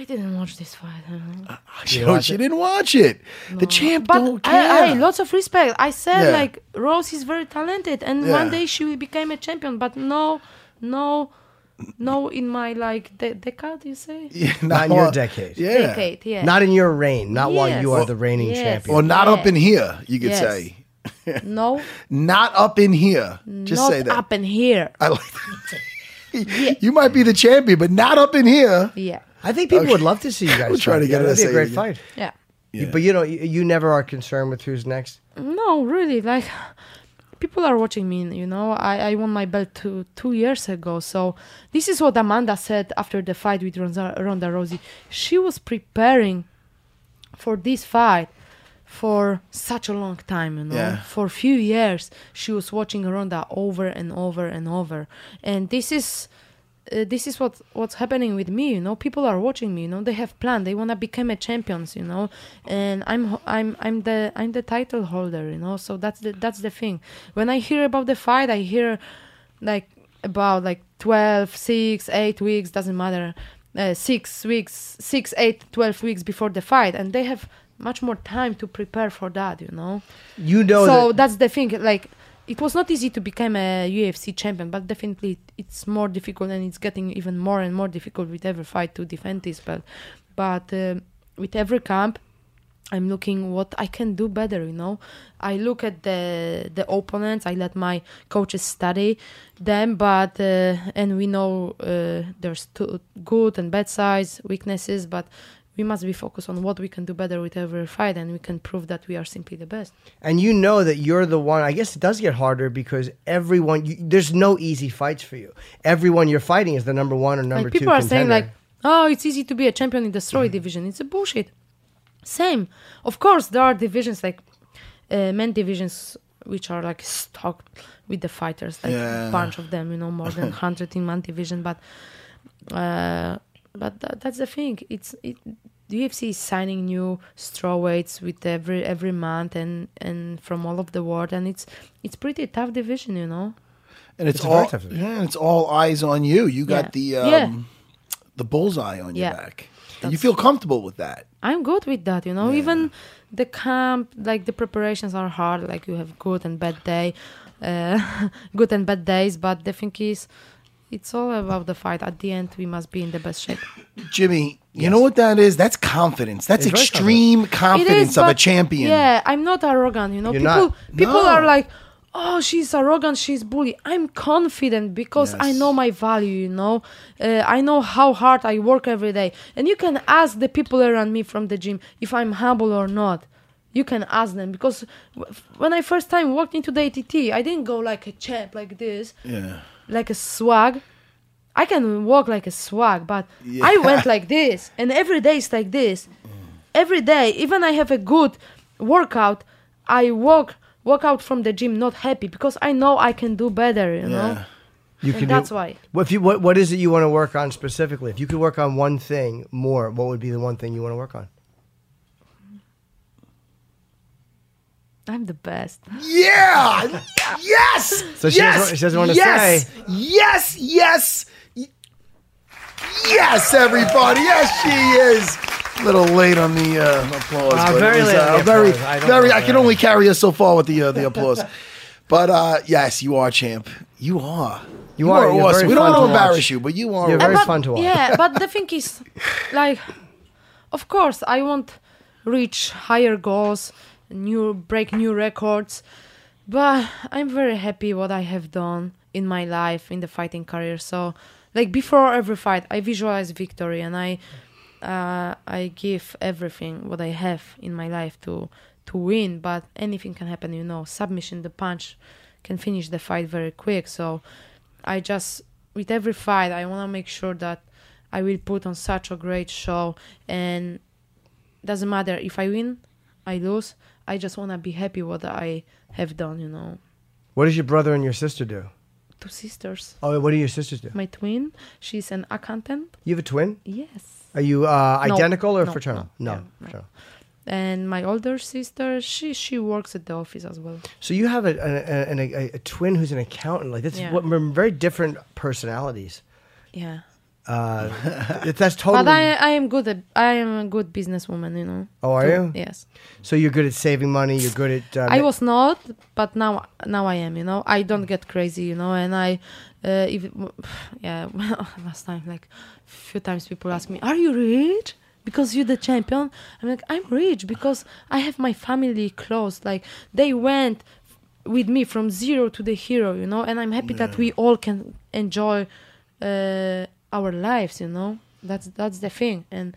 E: I didn't watch this fight. I don't know.
D: [laughs] She, she didn't watch it. The champ
E: But
D: don't care.
E: I, I lots of respect. I said
D: Yeah.
E: like Rose is very talented, and one
D: Yeah.
E: day she will become a champion. But no, no, no. In my like de- decade, you say
D: Yeah,
A: Not in
D: while-
A: your decade.
D: Yeah.
E: decade, yeah.
A: Not in your reign. Not while
E: Yes.
A: you are the reigning
E: Yes.
A: champion.
D: Or not
E: Yeah.
D: up in here, you could
E: Yes.
D: say.
E: no,
D: Not up in here. [laughs] Just
E: not
D: say that.
E: up in here.
D: I like
E: [laughs]
D: that. you might be the champion, but not up in here.
E: Yeah,
A: I think people would love to see you guys.
D: [laughs] We'll try
A: fight.
D: to get
A: Yeah,
D: her
A: That'd
D: to
A: be a
D: say it
A: great
D: again.
A: fight.
E: yeah.
A: You- But you don't. You, you never are concerned with who's next.
E: No, really, like people are watching me. You know, I I won my belt two two years ago. So this is what Amanda said after the fight with Ronda, Ronda Rousey. She was preparing for this fight for such a long time. You know,
D: Yeah.
E: for a few years she was watching Ronda over and over and over, and this is. Uh, this is what what's happening with me you know people are watching me you know they have plan they want to become a champions you know and i'm ho- i'm i'm the i'm the title holder you know so that's the that's the thing when i hear about the fight i hear like about like 12 6 8 weeks doesn't matter uh, 6 weeks 6 8 12 weeks before the fight and they have much more time to prepare for that you know
A: You know.
E: so
A: that,
E: that's the thing like it was not easy to become a UFC champion, but definitely it- it's more difficult, and it's getting even more and more difficult with every fight to defend this belt. But um with every camp, I'm looking what I can do better. You know, I look at the the opponents. I let my coaches study them, but uh, and we know uh, there's two good and bad sides, weaknesses, but. We must be focused on what we can do better with every fight, and we can prove that we are simply the best.
A: and you know that you're the one. I guess it does get harder because everyone. You, there's no easy fights for you. Everyone you're fighting is the number one or number
E: like
A: two.
E: people are saying
A: contender. Mm-hmm.
E: like oh it's easy to be a champion in the strawweight division it's a bullshit same of course there are divisions like uh, men divisions which are like stocked with the fighters like
D: Yeah.
E: a bunch of them you know more than
A: [laughs]
E: 100 in one division but uh, but tha- that's the thing it's it the UFC is signing new strawweights with every every month and and from all over the world and it's it's pretty tough division you know
D: And it's,
A: It's a very
D: all
A: tough thing.
D: yeah, and it's all eyes on you. You got
E: Yeah.
D: the
E: Yeah.
D: um, the bullseye on
E: Yeah.
D: your back. And you feel comfortable with that.
E: I'm good with that, you know. Even the camp, like the preparations are hard. Like you have good and bad day, uh, [laughs] good and bad days. But the thing is, it's all about the fight. At the end, we must be in the best shape.
D: Jimmy, you know what that is? That's confidence. That's
A: It's very
D: extreme confidence
E: It is,
D: of a
E: but-
D: champion.
E: Yeah, I'm not arrogant, you know.
A: You're
E: people
A: not.
E: people
D: No.
E: are like, oh she's arrogant she's bully i'm confident because i know my value you know uh, i know how hard i work every day and you can ask the people around me from the gym if i'm humble or not you can ask them because w- when i first time walked into the att i didn't go like a champ like this
D: Yeah.
E: like a swag. I can walk like a swag, but I went like this, and every day is like this. Every day, even I have a good workout, I walk walk out from the gym not happy because I know I can do better. You know,
F: You
E: And
F: can
E: that's
F: do,
E: why.
F: What if you what what is it you want to work on specifically? If you could work on one thing more, what would be the one thing you want to work on?
E: I'm the best.
D: Yeah. yes.
F: So she
D: yes!
F: doesn't- she doesn't wanna
D: yes!
F: say.
D: Yes. Yes. Y- Yes, everybody. Yes, she is. A little late on the uh, applause.
F: Uh,
D: but it
F: very
D: was,
F: late
D: uh,
F: on the
D: very,
F: applause. I don't
D: very.
F: know
D: I can
F: that.
D: only carry us so far with the uh, the applause. but uh, yes, you are champ. You are.
F: You are. You're
D: awesome.
F: very
D: We don't
F: fun
D: want
F: to
D: to embarrass
F: watch.
D: you, but you are.
F: You're very
E: but,
F: fun to watch. [laughs]
E: Yeah, but the thing is, like, of course, I want reach higher goals, new break new records, but I'm very happy what I have done in my life in the fighting career. So, like before every fight, I visualize victory and I, uh, I give everything what I have in my life to to win. But anything can happen, you know. Submission, the punch, can finish the fight very quick. So, I just with every fight I want to make sure that I will put on such a great show and doesn't matter if I win, I lose. I just want to be happy what I have done, you know.
F: What does your brother and your sister do?
E: Two sisters.
F: Oh, what do your sisters do?
E: My twin, she's an accountant.
F: You have a twin?
E: Yes.
F: Are you uh,
E: No,
F: identical or
E: no,
F: fraternal?
E: no, yeah, no.
F: fraternal.
E: And my older sister, she she works at the office as well.
F: So you have a, a, a, a, a twin who's an accountant. Like that's
E: Yeah.
F: what, very different personalities.
E: Yeah.
F: That- That's totally.
E: But I I am good at I am a good businesswoman, you know.
F: Oh, are
E: too.
F: you?
E: Yes.
F: so you're good at saving money. You're good at. Uh,
E: I
F: ma-
E: was not, but now now I am. You know, I don't get crazy. You know, and I, uh, if [sighs] yeah, [laughs] last time like few times people ask me, "Are you rich?" Because you're the champion. I'm like, I'm rich because I have my family close. Like they went with me from zero to the hero. You know, and I'm happy that we all can enjoy uh, our lives. You know, that's that's the thing and.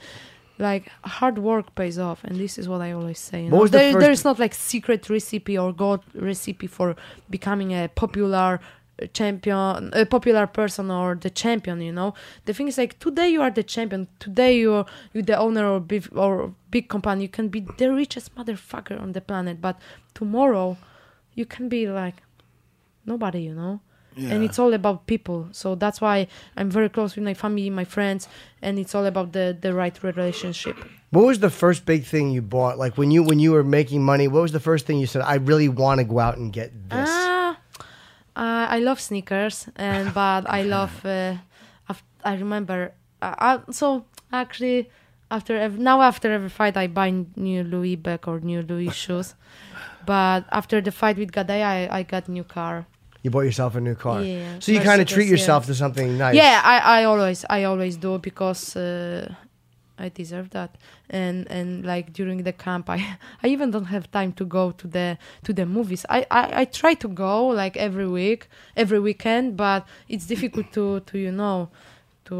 E: Like hard work pays off, and this is what I always say. You
F: What
E: know?
F: was the
E: There-
F: first-
E: there is it's not like secret recipe or god recipe for becoming a popular uh, champion a popular person or the champion you know the thing is like today you are the champion today you're you the owner or big or big company you can be the richest motherfucker on the planet but tomorrow you can be like nobody you know and it's all about people so that's why i'm very close with my family my friends and it's all about the the right relationship
F: What was the first big thing you bought? Like when you when you were making money, what was the first thing you said? I really want to go out and get this.
E: Ah, uh, I love sneakers, and but I love. Uh, af- I remember. Uh, uh, so actually, after ev- now after every fight, I buy new Louis bag or new Louis shoes. But after the fight with Gadea, I, I got new car.
F: you bought yourself a new car.
E: Yeah,
F: so you kind of
E: Mercedes,
F: treat
E: yeah.
F: yourself to something nice.
E: Yeah, I, I always I always do because uh, I deserve that. And and like during the camp, I [laughs] I even don't have time to go to the to the movies. I I, I try to go like every week, every weekend, but it's difficult to to you know to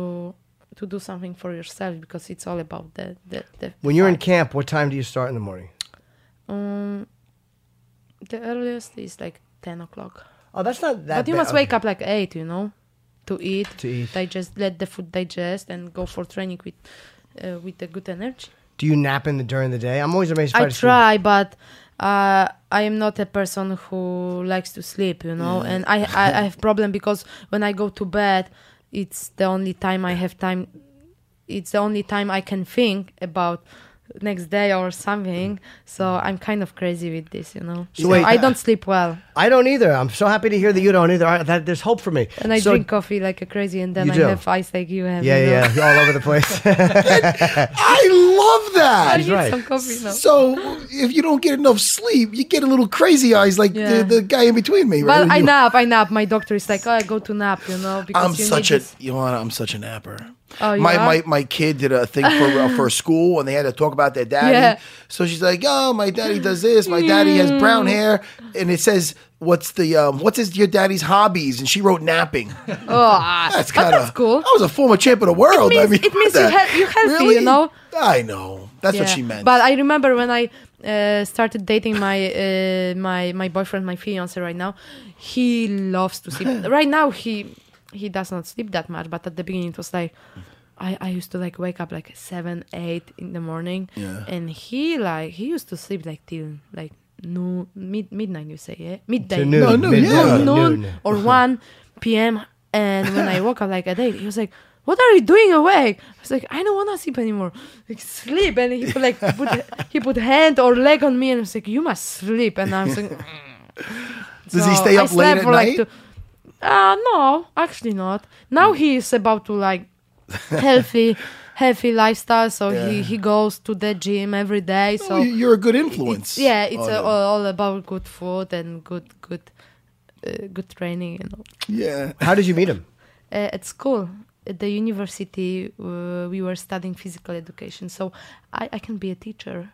E: to do something for yourself because it's all about the the, the
F: When you're in
E: fight.
F: camp, what time do you start in the morning?
E: um, the earliest is like ten o'clock.
F: Oh, that's not that.
E: But you
F: bad.
E: must
F: Okay.
E: wake up like eight, you know, to eat,
F: To eat.
E: digest, let the food digest, and go for training with, uh, with a good energy.
F: Do you nap in the during the day? I'm always amazed.
E: I
F: fighters do-
E: try, but uh, I am not a person who likes to sleep, you know,
F: Mm.
E: and I, I I have problem because when I go to bed, it's the only time I have time. It's the only time I can think about next day or something. So I'm kind of crazy with this, you know. So,
F: Mm. wait,
E: I
F: uh,
E: don't sleep well,
F: I don't either. I'm so happy to hear that you don't either. I, that there's hope for me.
E: and I
F: So-
E: drink coffee like a crazy, and then
F: You
E: I
F: do.
E: have ice like you have.
F: Yeah,
E: you know?
F: yeah, yeah, all over the
E: [laughs]
F: place.
D: I love that.
E: I need
F: right.
E: some coffee now.
D: So if you don't get enough sleep, you get a little crazy eyes like
E: Yeah.
D: the, the guy in between me.
E: But
D: right?
E: I
D: You-
E: nap, I nap. My doctor is like, oh, I go to nap, you know, because
D: I'm
E: you
D: such
E: need
D: a
E: this.
D: Johanna. I'm such a napper.
E: Oh, you
D: my,
E: are?
D: my my kid did a thing for uh,
E: [laughs]
D: for school, and they had to talk about their daddy.
E: Yeah.
D: So she's like, "Oh, my daddy does this. My daddy has brown hair," and it says, "What's the um, what's his, your daddy's hobbies?" And she wrote
E: [laughs]
D: napping.
E: Oh, that's
D: That's oh, kind of
E: cool.
D: I was a former champ of the world. I
E: means-
D: mean,
E: it
D: what
E: means you
D: the-
E: hea- you're healthy, you
D: Really?
E: know?
D: I know. That's what
E: Yeah.
D: she meant.
E: But I remember when I uh, started dating my uh, my my boyfriend, my fiance right now. He loves to
D: [laughs]
E: sleep. right now he he does not sleep that much, but at the beginning it was like I, I used to like wake up like seven eight in the morning,
D: Yeah.
E: and he like he used to sleep like till like no mid midnight you say yeah midday
F: To noon.
D: No, no,
F: mid-
D: yeah.
F: noon,
E: noon
F: noon.
D: [laughs]
E: or 1 p.m. And when I woke up like at 8, he was like, What are you doing awake? I was like, I don't want to sleep anymore. Like, sleep. And he put, like,
D: [laughs]
E: put, he put hand or leg on me and was like, You must sleep. And I was
D: [laughs]
E: like, "Mm."
D: Does he
E: so
D: stay
E: I
D: up late
E: slept
D: at
E: for,
D: night?
E: Like two- uh, no, actually not. Now he is about
D: [laughs]
E: to like healthy, healthy lifestyle. So he,
D: Yeah.
E: he goes to the gym every day. So
D: Oh, you- you're a good
E: it's,
D: influence.
E: yeah, it's
D: on
E: uh,
D: him.
E: all about good food and good good uh, good training. You know,
D: yeah.
F: How did you meet him?
E: uh, at school, at the university, uh, we were studying physical education. So I, I can be a teacher.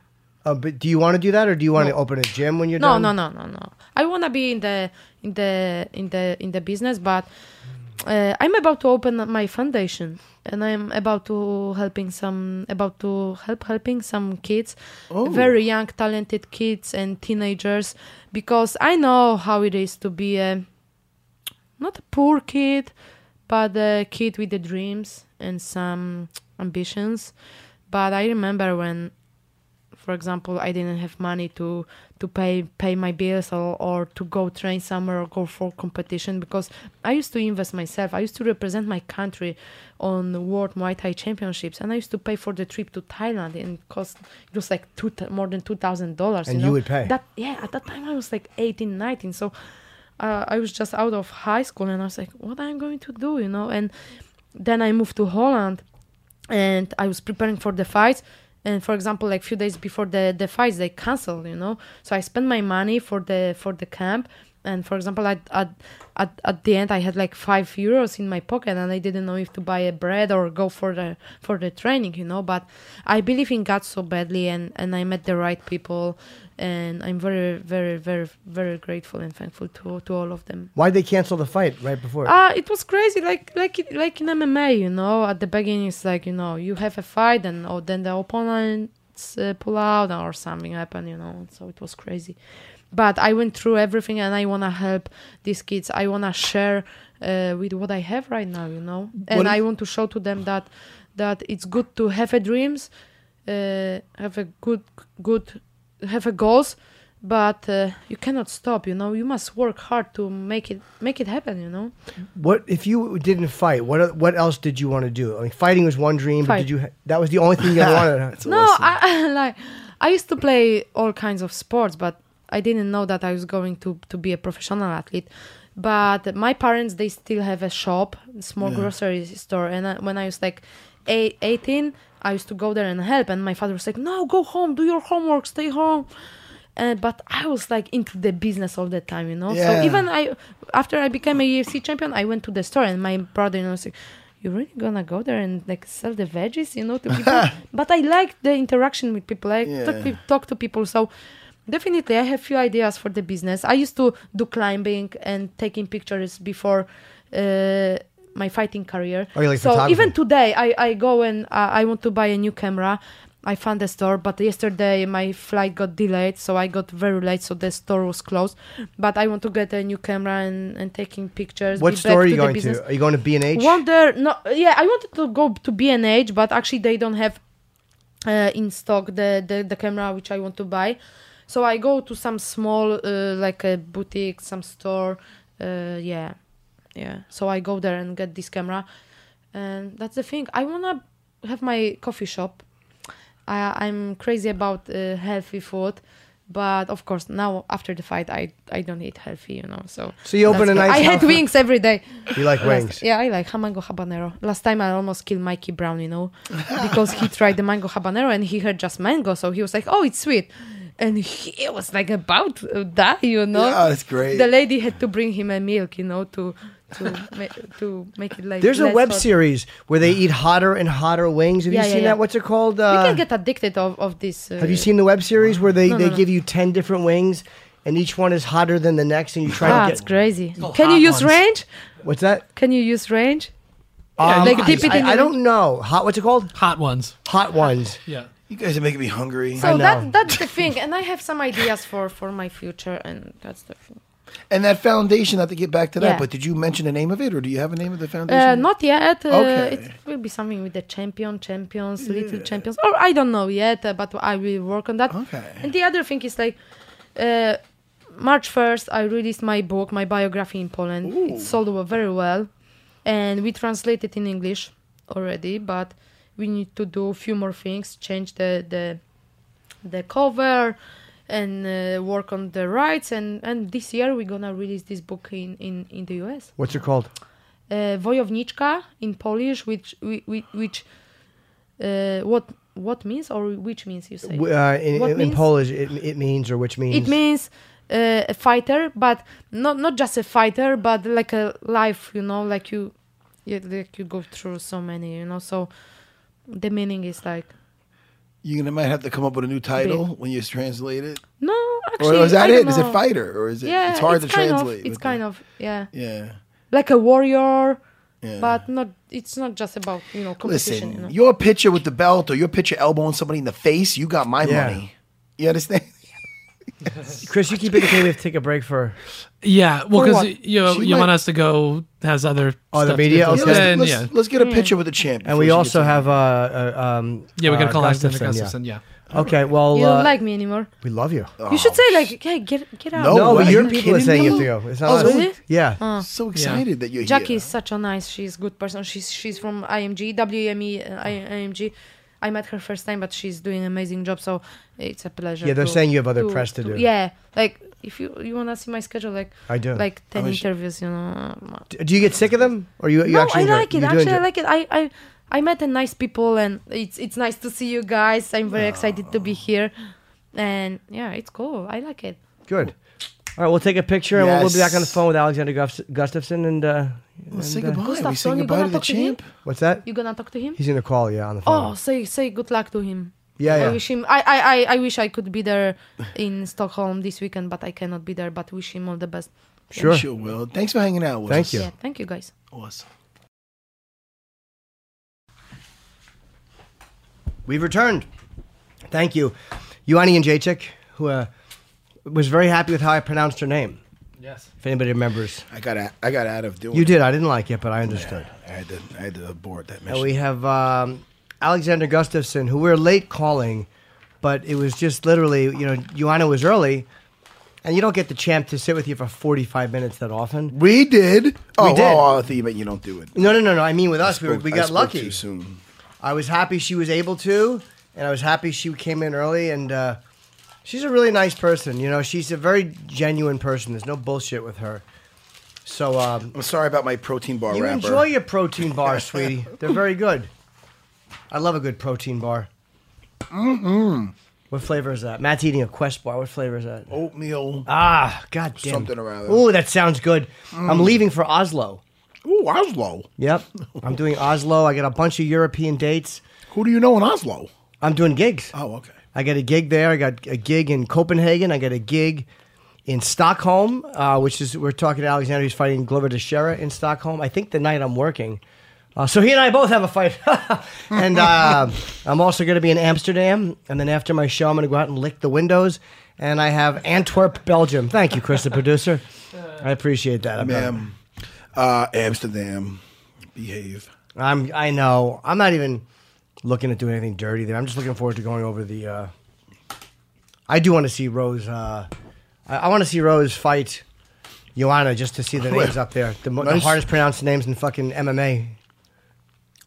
F: Uh, but do you want to do that, or do you want to open a gym when you're
E: No,
F: done?
E: no, no, no, no. I wanna be in the in the in the in the business, but uh, I'm about to open up my foundation, and I'm about to helping some about to help helping some kids,
F: Oh.
E: very young, talented kids and teenagers, because I know how it is to be a not a poor kid, but a kid with the dreams and some ambitions. But I remember when for example i didn't have money to to pay pay my bills or, or to go train somewhere or go for competition because i used to invest myself i used to represent my country on the world muay thai championships and i used to pay for the trip to thailand and it cost it was like two thou- more than two thousand dollars
F: And you would pay.
E: that yeah at that time i was like 18 19 so uh, i was just out of high school and i was like what i'm going to do you know and then i moved to holland and I was preparing for the fights. And for example, like few days before the the fights, they canceled, you know. So I spent my money for the for the camp. And for example, at at at, at the end, I had like five euros in my pocket, and I didn't know if to buy a bread or go for the for the training, you know. But I believe in God so badly, and and I met the right people, and I'm very very very very grateful and thankful to to all of them.
F: Why'd they cancel the fight right before?
E: Uh, it was crazy, like like it- like in MMA, you know. At the beginning, it's like you know, you have a fight, and oh, then the opponents uh, pull out or something happen, you know. So it was crazy, but I went through everything, and I wanna help these kids. I wanna share uh, with what I have right now, you know, and
D: What if-
E: I want to show to them that that it's good to have a dreams, uh, have a good good have a goals but uh, you cannot stop you know you must work hard to make it make it happen you know
F: What if you didn't fight? What what else did you want to do? I mean, fighting was one dream, but
E: Fight.
F: did you? ha- That was the only thing you ever
E: [laughs]
F: wanted. huh?
E: no I, I like i used to play all kinds of sports but i didn't know that i was going to to be a professional athlete but my parents they still have a shop a small grocery store and I, when i was like eight, 18 i used to go there and help and my father was like no go home do your homework stay home and but i was like into the business all the time you know
D: Yeah.
E: so even i after i became a ufc champion i went to the store and my brother you know was like you're really gonna go there and like sell the veggies you know to
F: [laughs]
E: people but i like the interaction with people i talk,
D: Yeah.
E: talk to people so definitely i have few ideas for the business i used to do climbing and taking pictures before uh, my fighting career
F: Oh, you like
E: so
F: photography.
E: even today I, I go and uh, I want to buy a new camera. I found the store, but yesterday my flight got delayed, so I got very late, so the store was closed. But I want to get a new camera and, and taking pictures.
F: What
E: be
F: store
E: back
F: are you
E: to the
F: going
E: business.
F: to? Are you going to B and H?
E: Wonder, no, yeah, I wanted to go to B&H, but actually they don't have uh, in stock the, the the camera which I want to buy. So I go to some small uh, like a boutique, some store. Uh, yeah, yeah. So I go there and get this camera, and that's the thing. I wanna have my coffee shop. I, I'm crazy about uh, healthy food. But of course, now after the fight, I, I don't eat healthy, you know. So
F: So you open
E: that's
F: a
E: good.
F: nice
E: I had
F: outfit.
E: wings every day.
F: You like wings?
E: Last, yeah, I like mango habanero. Last time I almost killed Mikey Brown, you know, because he tried the mango habanero and he heard just mango, so he was like, "Oh, it's sweet," and he was like about to die, you know.
D: Yeah, that's great.
E: The lady had to bring him a milk, you know, to to ma- to make it like.
A: There's a
E: less
A: web
E: hot.
A: series where they eat hotter and hotter wings. Have
E: Yeah,
A: you
E: yeah,
A: seen
E: yeah.
A: that? What's it called?
E: You
A: Uh,
E: can get addicted of of this. Uh,
A: have you seen the web series where they,
E: No, no,
A: they
E: no.
A: give you 10 different wings and each one is hotter than the next and you try
E: Ah,
A: to
E: it's
A: get.
E: crazy.
G: called
E: Can you
G: hot
E: use
G: ones.
E: range?
A: What's that? Um,
E: Can you use range?
D: Um,
G: Yeah,
E: Um, like
G: you can
E: dip
G: use
E: it
A: I,
E: in
A: I
E: the-
A: don't know. Hot, what's it called?
G: hot ones.
A: Hot ones.
G: Yeah.
D: You guys are making me hungry.
E: So
A: know.
E: that that's the thing, and I have some ideas for for my future, and that's the thing.
D: and that foundation, not to get back to that,
E: Yeah.
D: but did you mention the name of it or do you have a name of the foundation?
E: Uh, not yet. Uh,
D: Okay.
E: It will be something with the champion, champions, little champions, or I don't know yet. uh, but I will work on that.
D: Okay.
E: And the other thing is like, uh, March first, I released my book, my biography in Poland. It sold over very well, and we translate it in English already. But we need to do a few more things, change the the the cover and uh, work on the rights and and this year we're gonna release this book in in in the us
A: What's it called?
E: uh, wojowniczka in Polish, which whi- whi- which uh, what what means or which means you say?
A: W- Uh,
D: e,
A: in
E: What
A: in
E: means?
A: Polish, it, it means or which means?
E: It means uh, a fighter, but not not just a fighter, but like a life, you know, like you, you like you go through so many, you know. So the meaning is like
D: you gonna- might have to come up with a new title when you translate it.
E: no,
D: Or
E: actually,
D: is that
E: I
D: it?
E: don't
D: Is it
E: know.
D: fighter or is it?
E: Yeah,
D: it's hard to
E: kind
D: translate.
E: Of, it's
D: with
E: kind
D: that.
E: of yeah,
D: Yeah.
E: like a warrior,
D: Yeah.
E: but not. It's not just about you know competition. you
D: Listen,
E: know?
D: your picture with the belt or your picture elbowing somebody in the face, you got my
A: Yeah.
D: money. You
A: [laughs]
D: understand?
A: Chris, you keep it okay. We have to take a break for.
G: Yeah. Well,
D: For
G: because
D: what?
G: you you,
D: She
G: you want
D: might- Oh,
G: us to go has other
A: Other
G: stuff to
A: media?
G: do.
A: Okay.
D: Yeah, let's,
G: Then,
D: let's-
G: yeah.
D: let's
E: Hmm.
D: get a picture with a champ.
A: And we also have. Uh, uh, um,
G: Yeah, we got
A: uh,
G: to call Alexander
A: Gustafsson, yeah.
G: Gustafsson. Yeah.
A: Okay, well.
E: you don't
A: uh,
E: like me anymore.
A: we love you.
E: You should say like, "Hey, get get out."
D: No,
A: No,
D: Oh,
A: but
D: are
A: your
D: you
A: people are
D: kidding
A: saying you
D: me?
A: have to go. It's not
D: Oh,
A: us.
E: really?
A: Yeah.
E: Uh.
D: so excited that you're
E: Jackie
D: here.
E: is such a nice. She's good person. She's she's from IMG, WME, uh, I- IMG. I met her first time, but she's doing an amazing job. So it's a pleasure.
A: Yeah, they're
E: to-
A: saying you have other press to do.
E: Yeah, like if you you wanna see my schedule, like
A: I do.
E: like ten
D: wish-
E: interviews, you know.
A: D- Do you get sick of them, or you you
E: no,
A: actually
E: I
A: enjoy
E: like it.
A: You do
E: Actually,
A: enjoy
E: I like it. I I I met a nice people, and it's it's nice to see you guys. I'm very excited to be here, and yeah, it's cool. I like it.
A: Good. All right, we'll take a picture and we'll, we'll be back on the
D: Yes.
A: phone with Alexander Gust- Gustafson. And uh,
D: Let's say
A: and, uh,
D: goodbye. we
E: Gustafsson,
D: saying
E: you
D: goodbye
E: gonna
D: to the
E: talk to him?
D: champ.
A: what's that?
E: You gonna talk to him?
A: He's gonna call you on the
E: Oh,
A: phone.
E: say say good luck to him.
A: Yeah, yeah.
E: I wish him. I, I, I, I wish I could be there in Stockholm this weekend, but I cannot be there. But wish him all the best.
A: sure.
D: Sure, Will. Thanks for hanging out with
A: Thank
D: us.
A: you.
E: Yeah, thank you guys.
D: Awesome.
A: We've returned. Thank you, Ioanni and Jacek, who uh, was very happy with how I pronounced her name.
G: Yes.
A: If anybody remembers,
D: I got out, I got out of doing.
A: you
D: it.
A: did. I didn't like it, but I understood.
D: I had to I had to abort that
A: And
D: mission.
A: we have um, Alexander Gustafson, who we're late calling, but it was just literally, you know, Ioanna was early, and you don't get the champ to sit with you for 45 minutes that often.
D: We did. Oh,
A: did.
D: oh, I thought you meant you don't do it.
A: No, no, no, no. I mean, with us, we, were,
D: Spoke-
A: we
D: I
A: got
D: spoke
A: lucky.
D: Too soon.
A: I was happy she was able to, and I was happy she came in early. And uh, she's a really nice person. You know, she's a very genuine person. There's no bullshit with her. So um,
D: I'm sorry about my protein bar
A: you
D: wrapper.
A: enjoy your protein
D: [laughs]
A: bars, sweetie. They're very good. I love a good protein bar. Mm-hmm.
D: Mm-hmm.
A: What flavor is that? Matt's eating a Quest bar. What flavor is that?
D: oatmeal.
A: Ah, goddamn.
D: Something or other. Mm.
A: Ooh, that sounds good. I'm leaving for Oslo.
D: Ooh, Oslo.
A: Yep. I'm
D: [laughs]
A: doing Oslo. I got a bunch of European dates.
D: Who do you know in Oslo?
A: I'm doing gigs.
D: Oh, okay.
A: I got a gig there. I got a gig in Copenhagen. I got a gig in Stockholm, uh, which is we're talking to Alexander. He's fighting Glover Teixeira in Stockholm. I think the night I'm working. Uh, so he and I both have a fight, [laughs] and uh, I'm also going to be in Amsterdam. And then after my show, I'm going to go out and lick the windows. And I have Antwerp, Belgium. Thank you, Chris, the producer. I appreciate that. I'm not-
D: Ma'am. Uh, Amsterdam. Behave.
A: I'm. I know. I'm not even looking at doing anything dirty there. I'm just looking forward to going over the. Uh, I do want to see Rose. Uh, I, I want to see Rose fight Joanna just to see the names up there. The, mo the
D: Nice.
A: hardest pronounced names in fucking MMA.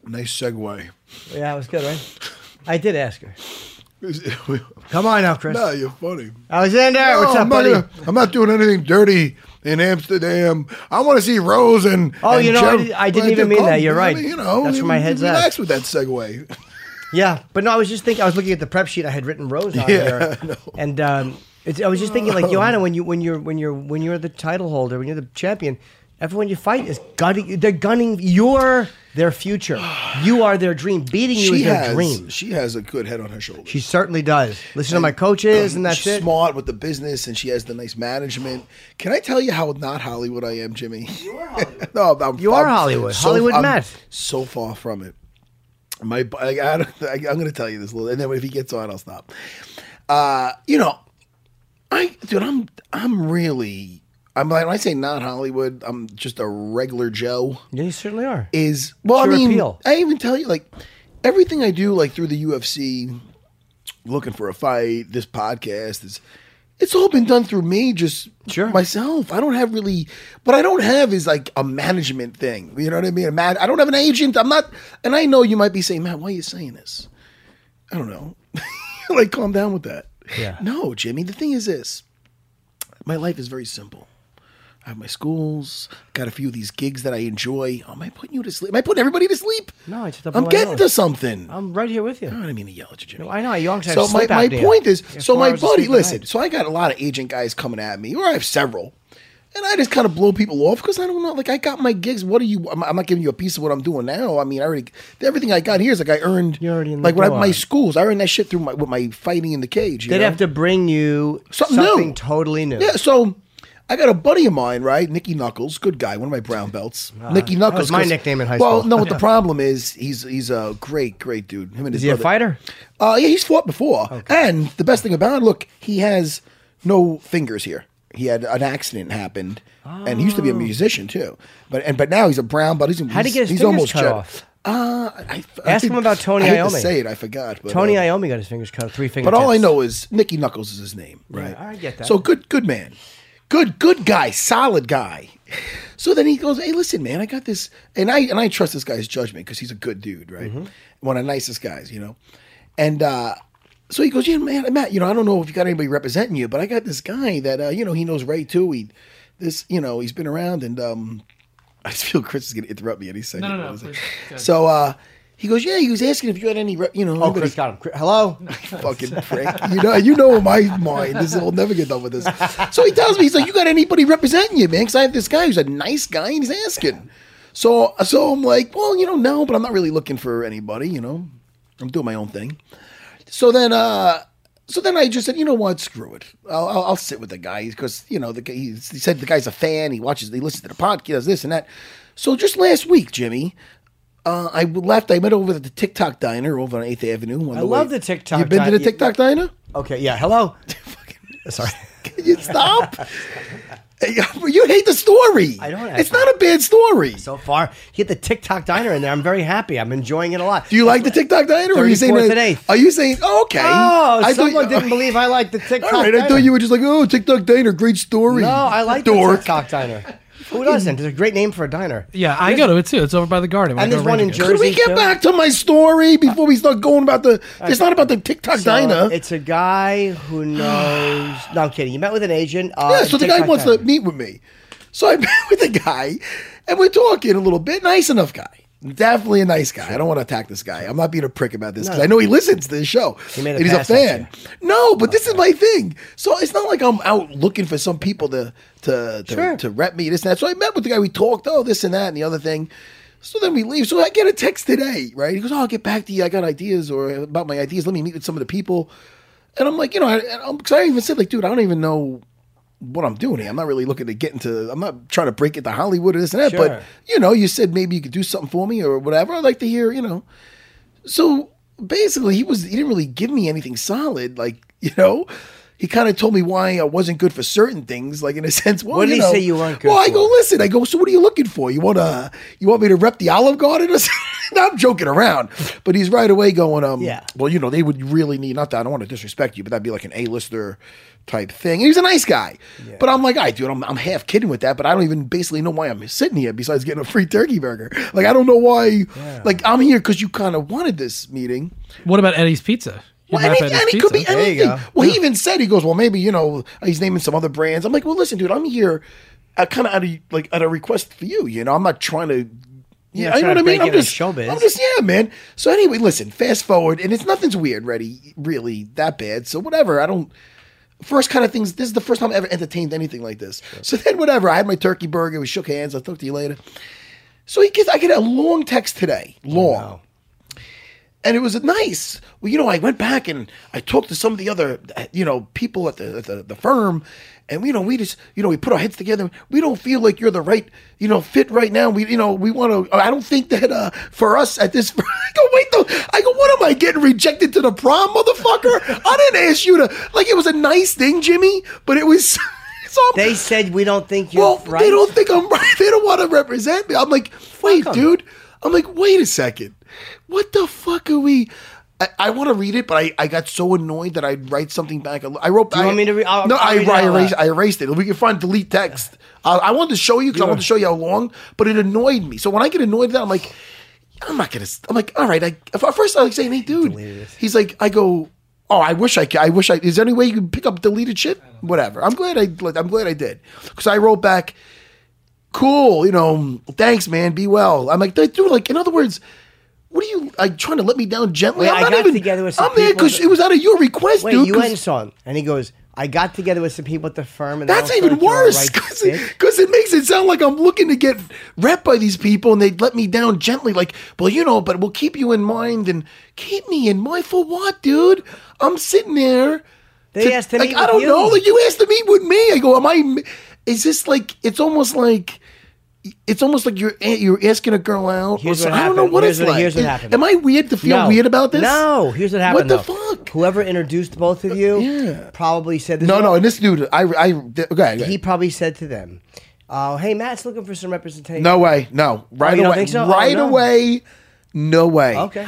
D: Nice segue.
A: Yeah, it was good, right? I did ask her.
D: no,
A: Come on now, Chris.
D: you're funny.
A: Alexander, what's up,
D: No, I'm
A: buddy?
D: Not, gonna- I'm not doing anything dirty in Amsterdam. I want to see Rose and.
A: Oh,
D: and
A: you know, I
D: Jeff-
A: did- I didn't
D: Like,
A: even mean
D: come,
A: that. You're
D: I
A: right.
D: mean, you know,
A: That's where my head's at.
D: relax with that segue.
A: Yeah, but no, I was just thinking. I was looking at the prep sheet. I had written Rose on
D: Yeah, [laughs] I Oh.
A: there, and um, it's, I was just thinking, like Joanna, when you when you're when you're when you're the title holder, when you're the champion,
F: Everyone you fight is gutting. They're gunning your their future. You are their dream. Beating you
D: she
F: is their
D: has
F: dream.
D: she has a good head on her shoulders.
F: She certainly does. Listen to my coaches, and that's
D: she's
F: it.
D: smart with the business, and she has the nice management. Can I tell you how not Hollywood I am, Jimmy? You [laughs] are Hollywood. no, I'm,
F: You are Hollywood. Hollywood
D: I'm
F: Matt.
D: So far from it. My, bu- I, I, don't- I, I'm going to tell you this, little, and then if he gets on, I'll stop. Uh, you know, I dude, I'm I'm really. I'm like when I say not Hollywood. I'm just a regular Joe
F: Yeah, you certainly are.
D: is well.
F: It's
D: I
F: your
D: mean,
F: appeal.
D: I even tell you like everything I do like through the UFC, looking for a fight. This podcast is it's all been done through me, just
F: Sure.
D: myself. I don't have really what I don't have is like a management thing. You know what I mean? A man, I don't have an agent. I'm not, and I know you might be saying, Matt, why are you saying this? I don't know. [laughs] like, calm down with that.
F: Yeah.
D: No, Jimmy. The thing is this: my life is very simple. I have my schools, got a few of these gigs that I enjoy. Am I putting you to sleep? Am I putting everybody to sleep?
F: No, it's just a
D: I'm
F: boy
D: getting
F: out.
D: to something.
F: I'm right here with
D: I
F: you.
D: don't mean to yell at you, Jimmy.
F: No, I know, you always have
D: So my,
F: sleep
D: my
F: apnea.
D: point is,
F: You have
D: so
F: four
D: my
F: hours of
D: buddy,
F: sleep a
D: listen.
F: night.
D: So I got a lot of agent guys coming at me, or I have several, and I just kind of blow people off because I don't know. Like I got my gigs. What are you? I'm, I'm not giving you a piece of what I'm doing now. I mean, I already everything I got here is like I earned.
F: You're already in the
D: like when I,
F: door.
D: my schools, I earned that shit through my with my fighting in the cage. You
F: They'd
D: know?
F: have to bring you something,
D: Something new.
F: totally new.
D: Yeah, so I got a buddy of mine, right? Nicky Knuckles, good guy, one of my brown belts. Nicky
F: Ah, that was
D: Knuckles,
F: my
D: 'cause-
F: nickname in high
D: Well,
F: school.
D: no,
F: [laughs]
D: what the problem is, he's he's a great, great dude. Him and
F: Is
D: his
F: he a
D: brother.
F: fighter?
D: Uh, yeah, he's fought before, and the best thing about it, look, he has no fingers here. He had an accident happened, and he used to be a musician too. But and but now he's a brown belt. He's,
F: Oh. How'd he
D: he's,
F: get his
D: he's
F: fingers
D: almost
F: cut
D: Jedi.
F: off?
D: Uh, I, I
F: Ask
D: think-
F: him about Tony
D: I hate to
F: Iome.
D: say it, I forgot. But,
F: Tony
D: uh,
F: Iommi got his fingers cut, three fingers.
D: but all I know is Nicky Knuckles is his name, right?
F: I get that.
D: So good, good man, good, good guy, solid guy. [laughs] So then he goes, "Hey, listen, man, I got this, and I and I trust this guy's judgment because he's a good dude, right? One of the nicest guys, you know." And uh, so he goes, "Yeah, man, Matt, you know, I don't know if you got anybody representing you, but I got this guy that uh, you know he knows Ray too. He, this, you know, he's been around, and um, [laughs] I just feel Chris is going to interrupt me any second.
G: no, no,
D: What is it?
G: please. Go ahead.
D: So uh, he goes, "Yeah, he was asking if you had any, re- you know,
F: Oh,
D: anybody-
F: Chris got him. Chris- Hello.
D: [laughs] fucking prick. You know, you know my mind. This will never get done with this. So he tells me, he's like, "You got anybody representing you, man? Because I have this guy who's a nice guy, and he's asking." So, so I'm like, "Well, you know, no, but I'm not really looking for anybody. You know, I'm doing my own thing." So then, uh, so then I just said, you know what, screw it. I'll, I'll, I'll sit with the guy because you know the guy, he's, he said the guy's a fan. He watches, he listens to the podcast, this and that. So just last week, Jimmy. Uh, I left. I met over at the TikTok diner over on Eighth Avenue. On
F: I
D: the
F: love
D: way-
F: the TikTok
D: You've been
F: di-
D: to the TikTok
F: [laughs]
D: diner?
F: Okay. Yeah.
D: [laughs]
F: Hello. Sorry.
D: Can you stop? [laughs] Hey, you hate the story.
F: I don't
D: It's not a bad story.
F: So far, you get the TikTok diner in there. I'm very happy. I'm enjoying it a lot.
D: Do you like the TikTok diner? Or are you saying?
F: 34th
D: that-
F: and 8th.
D: Are you saying? Oh, okay.
F: Oh,
D: I thought-
F: someone
D: [laughs]
F: didn't believe I liked the TikTok.
D: All right,
F: diner.
D: I thought you were just like, oh, TikTok diner, great story.
F: No, I like the
D: Dork.
F: TikTok diner. Who doesn't? It's a great name for a diner.
G: Yeah, I go to it too. It's over by the garden. I
F: And
G: go
F: there's one in
G: around to it.
F: Jersey.
D: Could we get
F: too.
D: back to my story before we start going about the? It's not about the TikTok
F: So,
D: diner.
F: It's a guy who knows. No, I'm kidding. You met with an agent. Uh,
D: Yeah, so the guy
F: TikTok
D: wants to
F: diner.
D: meet with me. So I [laughs] met with the guy and we're talking a little bit. Nice enough guy. Definitely a nice guy. I don't want to attack this guy. I'm not being a prick about this because
F: No.
D: I know he listens to this show.
F: He made a
D: and he's a
F: pass at
D: fan. No, but this is my thing. So it's not like I'm out looking for some people to to to,
F: Sure.
D: to rep me, this and that. So I met with the guy, we talked, oh, this and that and the other thing. So then we leave. So I get a text today, right? He goes, Oh, I'll get back to you. I got ideas or about my ideas. Let me meet with some of the people. And I'm like, you know, I, and I'm, cause I even said, like, dude, I don't even know what I'm doing here. I'm not really looking to get into. I'm not trying to break into Hollywood or this and that.
F: Sure.
D: But you know, you said maybe you could do something for me or whatever. I'd like to hear. You know, so basically, he was he didn't really give me anything solid. Like [laughs] you know. He kind of told me why I wasn't good for certain things, like in a sense. Well,
F: What did
D: you
F: he
D: know,
F: say you weren't good
D: Well, I go
F: for?
D: listen. I go. So what are you looking for? You want to? You want me to rep the Olive Garden? Or [laughs] something? I'm joking around, but he's right away going. Um,
F: Yeah.
D: Well, you know they would really need not that I don't want to disrespect you, but that'd be like an A-lister type thing. And he was a nice guy, but I'm like, all right, dude, I'm, I'm half kidding with that, but I don't even basically know why I'm sitting here besides getting a free turkey burger. Like I don't know why. Like I'm here because you kind of wanted this meeting.
G: What about Eddie's Pizza? You
D: Well,
G: can
D: and
G: have
D: it, and
G: Eddie's
D: it could be
G: Pizza.
F: There you
D: anything.
F: go.
D: Well, he even said he goes, "Well, maybe you know he's naming some other brands." I'm like, "Well, listen, dude, I'm here, uh, kind of out of like at a request for you. You know, I'm not trying to."
F: Yeah,
D: Yeah, you know
F: trying
D: what
F: to
D: I mean.
F: break
D: I'm
F: into
D: just,
F: showbiz.
D: I'm just, yeah, man. So anyway, listen. Fast forward, and it's nothing's weird, ready, really that bad. So whatever. I don't. First kind of things. This is the first time I ever entertained anything like this. So then, whatever. I had my turkey burger. We shook hands. I'll talk to you later. So he gets. I get a long text today. Long. And it was nice. Well, you know, I went back and I talked to some of the other, uh, you know, people at the at the, the firm, and you know, we just, you know, we put our heads together. We don't feel like you're the right, you know, fit right now. We, you know, we want to. I don't think that uh, for us at this. [laughs] I go wait though. I go, what am I getting rejected to the prom, motherfucker? I didn't ask you to. Like it was a nice thing, Jimmy, but it was. [laughs] so I'm-
A: They said we don't think you're
D: well,
A: right.
D: they don't think I'm [laughs] right. They don't want to represent me. I'm like, wait, dude. I'm like, wait a second. What the fuck are we? I, I want to read it, but I, I got so annoyed that I write something back. I wrote.
A: you
D: I,
A: want me to re- I'll-
D: no,
A: I'll
D: I,
A: read it
D: I
A: out
D: erased.
A: loud.
D: I erased it. We can find delete text. I, I wanted to show you because I wanted to show you how long, but it annoyed me. So when I get annoyed at that, I'm like, I'm not gonna. I'm like, all right. I, at first, I was saying, hey, dude. He's like, I go. Oh, I wish I could. I wish I. Is there any way you can pick up deleted shit? Whatever. I'm glad I. I'm glad I did because I wrote back cool, you know, thanks, man, be well. I'm like, dude, like, in other words, what are you like trying to let me down gently?
A: Wait,
D: I'm
A: I
D: not
A: got
D: even,
A: together with some
D: I'm there
A: people
D: because
A: that-
D: it was out of your request,
A: Wait,
D: dude.
A: you
D: 'cause
A: went and saw him, and he goes, "I got together with some people at the firm, and they
D: that's
A: all
D: even
A: thought you were a
D: worse
A: right
D: [laughs] because
A: dick."
D: it makes it sound like I'm looking to get rep by these people and they let me down gently. Like, well, you know, but we'll keep you in mind and keep me in mind for what, dude? I'm sitting there.
A: They asked to
D: like
A: meet
D: I
A: with
D: don't
A: you.
D: know. Like you asked to meet with me. I go, am I? Is this like? It's almost like. It's almost like you're a- you're asking a girl out. or
A: Here's what
D: something. I don't know
A: happened.
D: what
A: Here's
D: it's
A: what-
D: like.
A: here's what
D: Is-
A: happened.
D: Am I weird to feel weird about this?
A: No, here's what happened.
D: What the
A: though.
D: fuck?
A: Whoever introduced both of you
D: Yeah.
A: probably said this
D: No,
A: is
D: no.
A: all-
D: And this dude, I, I, okay, okay.
A: He probably said to them, "Oh, hey, Matt's looking for some representation."
D: No way. No. Right
A: you don't
D: away.
A: think so? Oh,
D: Right
A: no.
D: away. No way.
A: Okay.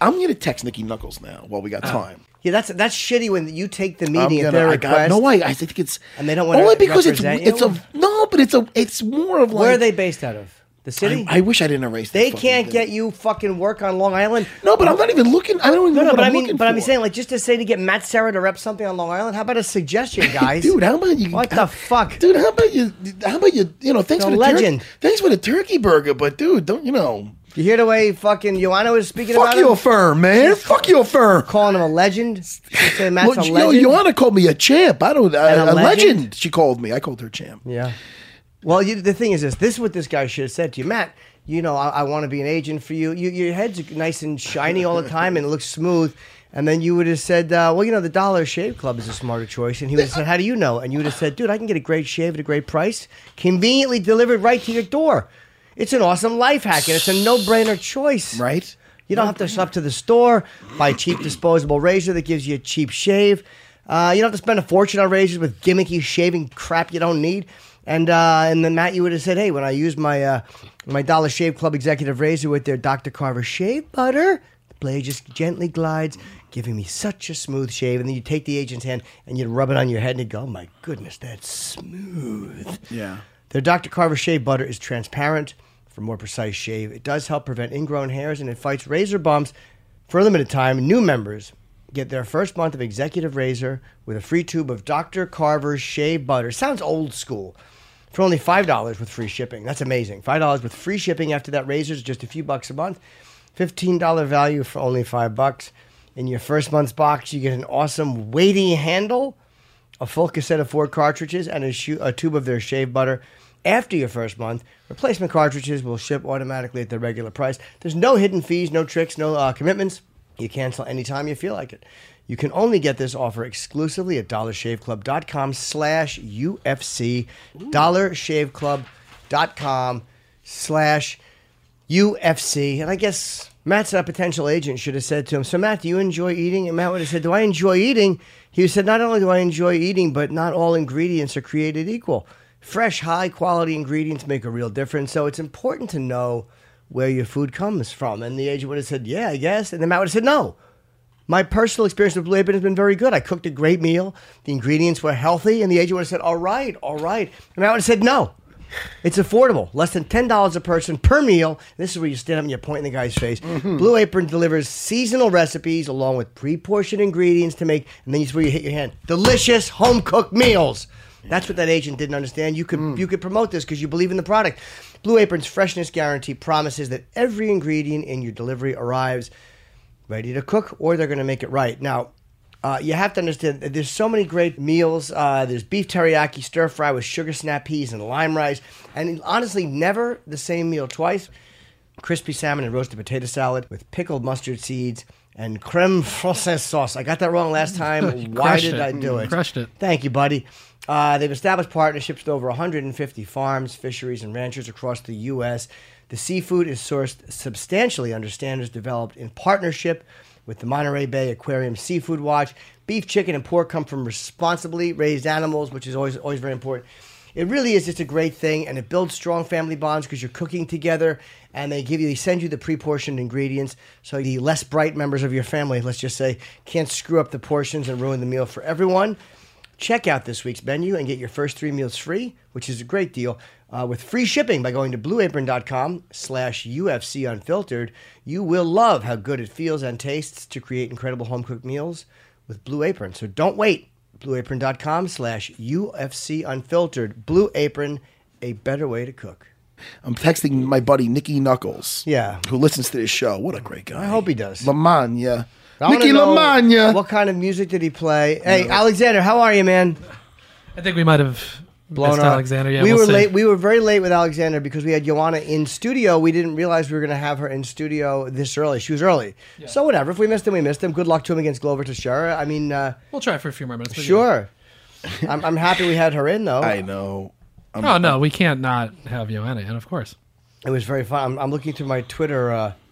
D: I'm gonna text Nikki Knuckles now while we got time.
A: Yeah, that's that's shitty when you take the
D: I'm
A: meeting at
D: gonna-
A: their
D: I
A: request.
D: got no way. I think it's
A: And they don't wanna
D: only because it's
A: represent
D: it's
A: you?
D: a no, but it's a it's more of like
A: Where are they based out of? The city.
D: I, I wish I didn't erase.
A: they
D: that fucking
A: can't
D: thing.
A: get you fucking work on Long Island.
D: No, but I'm not even looking. I don't even.
A: No,
D: know
A: no,
D: what
A: but
D: I'm
A: I mean,
D: looking
A: but I'm
D: for.
A: saying, like, just to say to get Matt Sarah to rep something on Long Island, how about a
D: [laughs]
A: suggestion, guys?
D: Dude, how about you?
A: What the fuck?
D: dude? How about you? How about you? You know, thanks
A: The
D: for the turkey-
A: legend.
D: thanks for the turkey burger, but dude, don't you know?
A: You hear the way fucking Ioana is speaking
D: Fuck
A: about
D: your
A: him,
D: firm, man. Fuck your firm.
A: calling him a
D: [laughs]
A: legend. She said Matt's
D: Well,
A: a
D: you know,
A: legend.
D: Joanna called me a champ. I don't.
A: And
D: I,
A: a
D: a legend?
A: legend?
D: She called me. I called her champ.
A: Yeah. Well, you, the thing is this: this is what this guy should have said to you, Matt. You know, I, I want to be an agent for you. you. Your head's nice and shiny all the time, and it looks smooth. And then you would have said, uh, "Well, you know, the Dollar Shave Club is a smarter choice." And he would have said, "How do you know?" And you would have said, "Dude, I can get a great shave at a great price, conveniently delivered right to your door. It's an awesome life hack, and it's a no-brainer choice,
D: Right?
A: You don't have to shop to the store, buy a cheap disposable razor that gives you a cheap shave. Uh, you don't have to spend a fortune on razors with gimmicky shaving crap you don't need. And uh, and then Matt, you would have said, "Hey, when I use my uh, my Dollar Shave Club Executive Razor with their Dr. Carver Shave Butter, the blade just gently glides, giving me such a smooth shave." And then you take the agent's hand and you rub it on your head, and you go, "Oh my goodness, that's smooth."
D: Yeah.
A: Their Dr. Carver shave butter is transparent for more precise shave. It does help prevent ingrown hairs and it fights razor bumps. For a limited time, new members get their first month of Executive Razor with a free tube of Dr. Carver's shave butter. Sounds old school. For only $5 with free shipping. That's amazing. $5 with free shipping after that razor is just a few bucks a month. $15 value for only 5 bucks. In your first month's box, you get an awesome weighty handle a full cassette of four cartridges and a, shoe, a tube of their shave butter. After your first month, replacement cartridges will ship automatically at the regular price. There's no hidden fees, no tricks, no uh, commitments. You cancel anytime you feel like it. You can only get this offer exclusively at dollarshaveclub.com slash UFC, dollarshaveclub.com slash UFC. And I guess Matt's a potential agent should have said to him, So, Matt, do you enjoy eating? And Matt would have said, Do I enjoy eating? He said, Not only do I enjoy eating, but not all ingredients are created equal. Fresh, high quality ingredients make a real difference. So, it's important to know where your food comes from. And the agent would have said, Yeah, I guess. And then Matt would have said, No. My personal experience with Blue Apron has been very good. I cooked a great meal. The ingredients were healthy, and the agent would have said, "All right, all right." And I would have said, "No, it's affordable, less than ten dollars a person per meal." This is where you stand up and you point in the guy's face. Blue Apron delivers seasonal recipes along with pre-portioned ingredients to make, and then you where you hit your hand. Delicious home cooked meals. That's what that agent didn't understand. You could you could promote this because you believe in the product. Blue Apron's freshness guarantee promises that every ingredient in your delivery arrives ready to cook or they're going to make it right. Now, Uh, you have to understand that there's so many great meals. Uh, there's beef teriyaki stir fry with sugar snap peas and lime rice, and honestly, never the same meal twice. Crispy salmon and roasted potato salad with pickled mustard seeds and creme francaise sauce. I got that wrong last
G: [laughs] You
A: time. Why
G: crushed
A: did
G: it.
A: I do
G: You
A: it?
G: crushed it.
A: Thank you, buddy. Uh, they've established partnerships with over 150 farms, fisheries, and ranchers across the U.S. The seafood is sourced substantially under standards developed in partnership with the Monterey Bay Aquarium Seafood Watch. Beef, chicken, and pork come from responsibly raised animals, which is always always very important. It really is just a great thing, and it builds strong family bonds because you're cooking together, and they give you, they send you the pre-portioned ingredients, so the less bright members of your family, let's just say, can't screw up the portions and ruin the meal for everyone. Check out this week's menu and get your first three meals free, which is a great deal, uh, with free shipping by going to blueapron.com slash UFC Unfiltered. You will love how good it feels and tastes to create incredible home-cooked meals with Blue Apron. So don't wait. BlueApron.com slash UFC Unfiltered. Blue Apron, a better way to cook.
D: I'm texting my buddy Nikki Knuckles.
A: Yeah.
D: Who listens to this show. What a great guy.
A: I hope he does.
D: Lamagna.
A: I wanna
D: Nikki
A: know
D: Lamagna.
A: What kind of music did he play? Hey, Alexander, how are you, man?
G: I think we might have
A: blown
G: missed
A: up.
G: Alexander. Yeah,
A: we
G: we'll
A: were
G: see.
A: late. We were very late with Alexander because we had Joanna in studio. We didn't realize we were going to have her in studio this early. She was early, so whatever. If we missed him, we missed him. Good luck to him against Glover Teixeira. I mean, uh,
G: We'll try for a few more minutes. but
A: sure. I'm, I'm happy we had her in though.
D: I know.
G: yeah. Oh no, we can't not have Joanna, and of course,
A: It was very fun. I'm, I'm looking through my Twitter. Uh,
D: [laughs]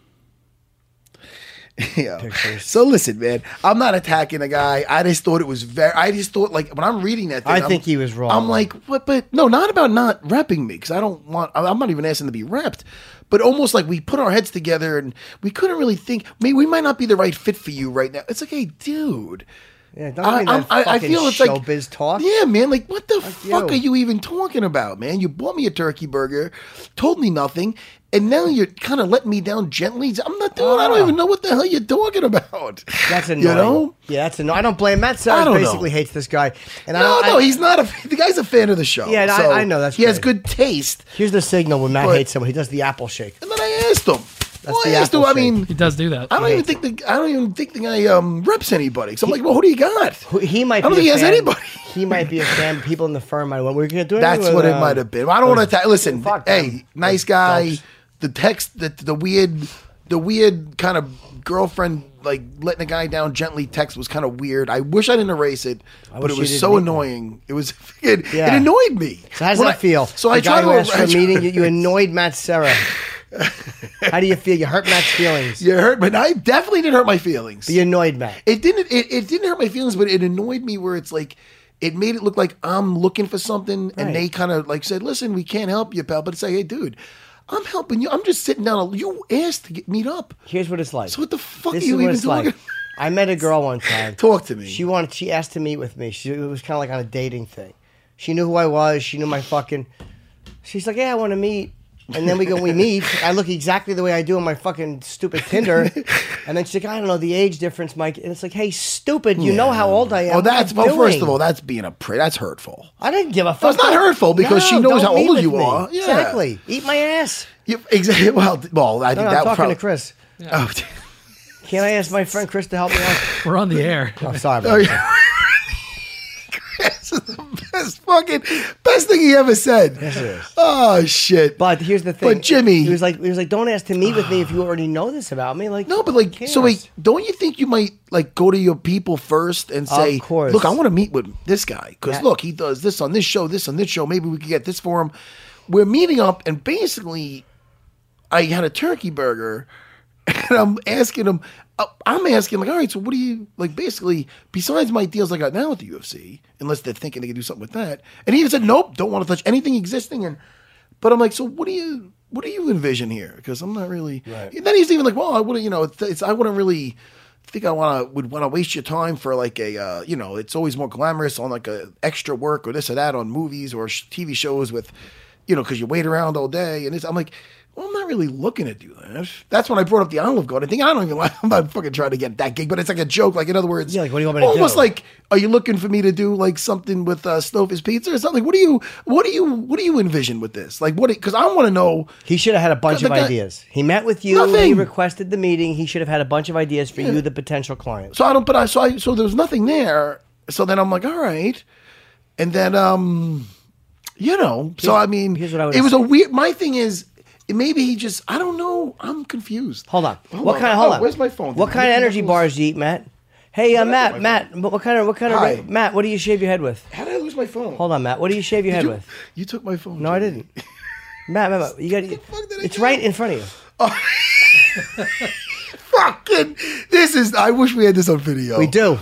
D: Yeah. So listen, man, I'm not attacking the guy. I just thought it was very. I just thought like when I'm reading that, thing,
A: I
D: I'm-
A: think he was wrong.
D: I'm like, what? But no, not about not repping me because I don't want. I- I'm not even asking to be repped. But almost like we put our heads together and we couldn't really think. Maybe we might not be the right fit for you right now. It's like, hey, dude.
A: yeah, don't give me that fucking showbiz talk.
D: Yeah, man. Like, what the fuck
A: you.
D: are you even talking about, man? You bought me a turkey burger, told me nothing, and now you're kind of letting me down gently. I'm not doing. I don't even know what the hell you're talking about.
A: Ah. That's annoying.
D: You know?
A: Yeah, that's annoying. I don't blame Matt.
D: I
A: Sarah
D: don't know.
A: basically hates this guy. And
D: No,
A: I,
D: no,
A: I-
D: he's not a. The guy's a fan of the show.
A: Yeah, and I-
D: so
A: I know, that's
D: he has
A: great.
D: good taste.
A: Here's the signal when Matt
D: But-
A: hates someone. He does the apple shake.
D: And then I asked him. Well, I
A: the
D: asked him.
A: apple
D: I mean,
G: he does do that.
D: I don't even think the. I don't even think the guy um, reps anybody. So I'm like, well, who do you got?
A: Who- He might.
D: I don't
A: be
D: think he
A: a
D: has
A: fan-
D: anybody.
A: He might be a fan. People in the firm might want. We're gonna
D: [laughs]
A: do it.
D: That's
A: with,
D: what it
A: uh,
D: might have been. I don't want to attack. Listen,
A: fuck them.
D: hey, nice
A: Those
D: guy.
A: dopes.
D: The text, the the weird, the weird kind of girlfriend like letting a guy down gently text was kind of weird. I wish I didn't erase it, but
A: wish
D: it
A: you
D: was
A: didn't
D: so
A: meet me.
D: annoying. It was [laughs] it, it
A: Yeah.
D: annoyed me.
A: So how does
D: When
A: that
D: I-
A: feel?
D: So
A: The
D: I
A: guy
D: tried
A: who
D: to
A: asked for a meeting. You,
D: [laughs]
A: you annoyed Matt Sarah. How do you feel? You hurt Matt's feelings.
D: You hurt, but I definitely didn't hurt my feelings.
A: You annoyed Matt.
D: it didn't it, it didn't hurt my feelings but it annoyed me where it's like it made it look like i'm looking for something
A: Right.
D: and they kind of like said listen we can't help you pal but it's like hey dude i'm helping you i'm just sitting down you asked to get meet up
A: Here's what it's like.
D: so what the fuck
A: this
D: are
A: is
D: you
A: what
D: even
A: it's like.
D: talking
A: I met a girl one time.
D: [laughs] talk to me
A: She wanted. She asked to meet with me. She it was kind of like on a dating thing. She knew who I was. She knew my fucking. She's like, yeah, I want to meet. And then we go, we meet. I look exactly the way I do on my fucking stupid
D: [laughs]
A: Tinder. And then she's like, I don't know the age difference, Mike. And it's like, hey, stupid, you know how old I am.
D: oh
A: What are
D: that's
A: you
D: well first
A: doing?
D: of all that's being a prick that's hurtful
A: I didn't give a fuck.
D: Well, it's not hurtful because she
A: don't
D: knows how
A: meet
D: old
A: with
D: you
A: me.
D: are. Yeah.
A: Exactly. Eat my ass.
D: you, [laughs] exactly well d- well i
A: No,
D: think
A: no,
D: that
A: I'm talking
D: probably,
A: to Chris.
D: oh, [laughs]
A: Can I ask my friend Chris to help me out?
G: we're on the air.
A: I'm sorry.
D: Oh,
A: About that.
D: yeah. Chris is the best fucking best thing he ever said
A: it is.
D: oh shit
A: But here's the thing.
D: But Jimmy-
A: he was like, he was like, don't ask to meet with me if you already know this about me. Like,
D: No, but
A: who
D: like, so
A: cares?
D: wait, don't you think you might like go to your people first and say,
A: course.
D: "Look, I want to meet with this guy because
A: Yeah.
D: look, he does this on this show, this on this show. Maybe we could get this for him." We're meeting up, and basically, I had a turkey burger, [laughs] and I'm asking him. uh, I'm asking like, all right, so what do you like? Basically, besides my deals I got now with the UFC, unless they're thinking they can do something with that, and he even said, nope, don't want to touch anything existing. And but I'm like, so what do you what do you envision here? Because I'm not really. And then he's even like, well, I wouldn't, you know, it's, it's I wouldn't really think I want to would want to waste your time for like a uh, you know, it's always more glamorous on like a extra work or this or that on movies or sh- TV shows with you know, because you wait around all day and this. I'm like, well, I'm not really looking to do that. That's when I brought up the Olive Garden thing. I don't even [laughs] like, I'm not fucking trying to get that gig, but it's like a joke. Like, in other words,
A: Yeah, like, what do you want me to
D: Almost
A: do?
D: like, are you looking for me to do like something with uh, Snowfish Pizza or something? Like, what do you, what do you, what do you envision with this? Like, what, because I want to know.
A: He should have had a bunch
D: The
A: of
D: guy-
A: ideas. He met with you. He
D: Nothing.
A: requested the meeting. He should have had a bunch of ideas for you, the potential client.
D: So I don't, but I, so I, so there's nothing there. So then I'm like, all right. And then, um, you know, so I mean,
A: here's what I would
D: it was
A: say.
D: a weird, my thing is, maybe he just, I don't know. I'm confused.
A: Hold on.
D: Hold
A: what
D: on.
A: kind of hold
D: Oh,
A: on?
D: where's my phone?
A: What
D: Did
A: kind
D: I
A: of
D: leave
A: energy
D: my phone?
A: bars do you eat, Matt? Hey, uh, Matt,
D: phone?
A: Matt, but what kind of what kind
D: Hi.
A: of Matt? What do you shave your head with?
D: How did I lose my phone?
A: Hold on, Matt. What do you shave your head
D: you,
A: with?
D: You took my phone.
A: No, I
D: Jimmy. [laughs]
A: didn't. Matt, Matt, Matt, you got
D: fuck did I
A: it's
D: do?
A: right in front of you.
D: Fucking, this is. I wish we had this on video.
A: We do.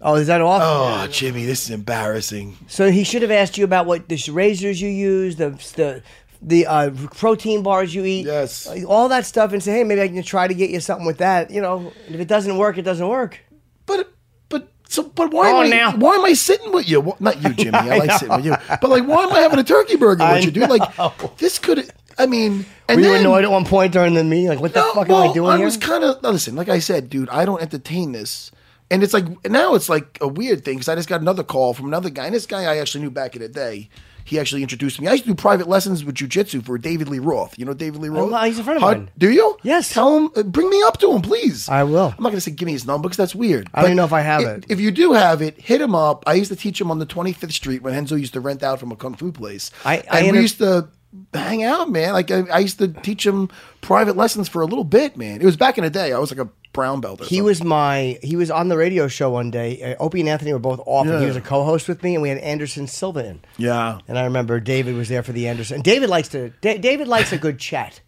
A: Oh, is that awful?
D: Oh, Jimmy, this is embarrassing.
A: So he should have asked you about what the razors you use, the the the uh, protein bars you eat,
D: Yes.
A: uh, all that stuff, and say, hey, maybe I can try to get you something with that. You know, and if it doesn't work, it doesn't work.
D: But, but, so, but why?
A: Oh,
D: am I,
A: now.
D: Why am I sitting with you?
A: [laughs]
D: Wh- Not you, Jimmy. I, like sitting with you. But like, why am I having a turkey burger with you, dude? Like, this could. I mean, and
A: Were you
D: then-
A: annoyed at one point during the meeting? Like, what the
D: No,
A: fuck am I
D: well,
A: doing
D: I
A: here?
D: was kind of listen. Like I said, dude, I don't entertain this, and it's like now it's like a weird thing because I just got another call from another guy, and this guy I actually knew back in the day. He actually introduced me. I used to do private lessons with jujitsu for David Lee Roth. You know David Lee Roth.
A: lo- Oh, he's a friend of
D: Huh?
A: mine.
D: Do you?
A: Yes.
D: Tell him. uh, Bring me up to him, please.
A: I will.
D: I'm not gonna say give me his number because that's weird.
A: I don't
D: But
A: even know if I have
D: i-
A: it.
D: If you do have it, hit him up. I used to teach him on the 25th Street when Henzo used to rent out from a kung fu place.
A: I- I
D: and
A: inter-
D: we used to hang out, man. Like I, I used to teach him private lessons for a little bit, man. It was back in the day. I was like a brown belt. Or
A: he was my he was on the radio show one day. Uh, Opie and Anthony were both off, and he
D: Yeah.
A: was a co-host with me, and we had Anderson Silva in.
D: Yeah.
A: And I remember David was there for the Anderson. And David likes to Da- David likes a
D: [laughs]
A: good chat.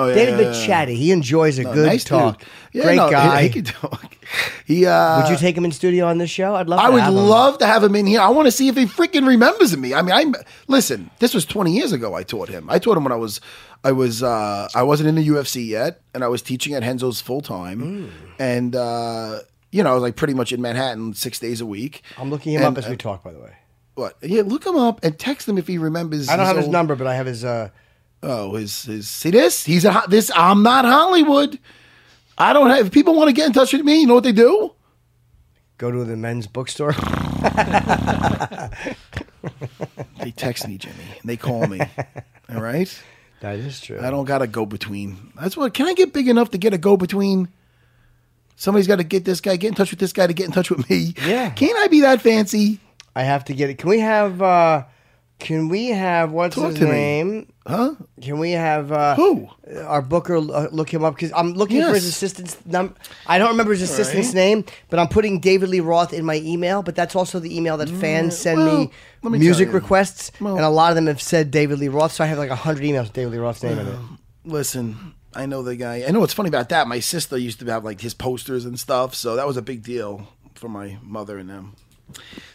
D: Oh, yeah,
A: David
D: yeah,
A: been
D: yeah.
A: chatty. He enjoys a
D: A
A: good
D: nice dude.
A: talk.
D: Yeah,
A: Great
D: no, he-
A: guy.
D: [laughs] He, could talk. He, uh,
A: Would you take him in studio on this show? I'd love.
D: I
A: to
D: would
A: have him.
D: love to have him in here. I want to see if he freaking remembers me. I mean, I listen. This was 20 years ago. I taught him. I taught him when I was, I was, uh, I wasn't in the UFC yet, and I was teaching at Henzo's full time,
A: Hmm.
D: and uh, you know, I was like pretty much in Manhattan six days a week.
A: I'm looking him
D: And,
A: up as
D: uh,
A: we talk. By the way,
D: What? Yeah, look him up and text him if he remembers.
A: I don't have his
D: old-
A: number, but I have his. Uh,
D: Oh, his his. See this? He's a ho- this. I'm not Hollywood. I don't have. If people want to get in touch with me, you know what they do?
A: go to the men's bookstore.
D: They text me, Jimmy, and they
A: [laughs]
D: call me. All right.
A: [laughs] that is true.
D: I don't got a go between. That's what. Can I get big enough to get a go between? Somebody's got to get this guy, get in touch with this guy to get in touch with me.
A: Yeah.
D: Can I be that fancy?
A: I have to get it. Can we have? uh Can we have what's
D: Talk
A: his
D: to me.
A: name?
D: Huh?
A: Can we have uh,
D: Who?
A: Our booker uh, look him up because I'm looking for
D: Yes.
A: his assistant's number. I don't remember his assistant's name, but I'm putting David Lee Roth in my email. But that's also the email that fans send
D: Mm, well,
A: me,
D: let me
A: music
D: tell you.
A: requests,
D: Well-
A: and a lot of them have said David Lee Roth. So I have like hundred emails with David Lee Roth's name in it.
D: Listen, I know the guy. I know what's funny about that. My sister used to have like his posters and stuff, so that was a big deal for my mother and them.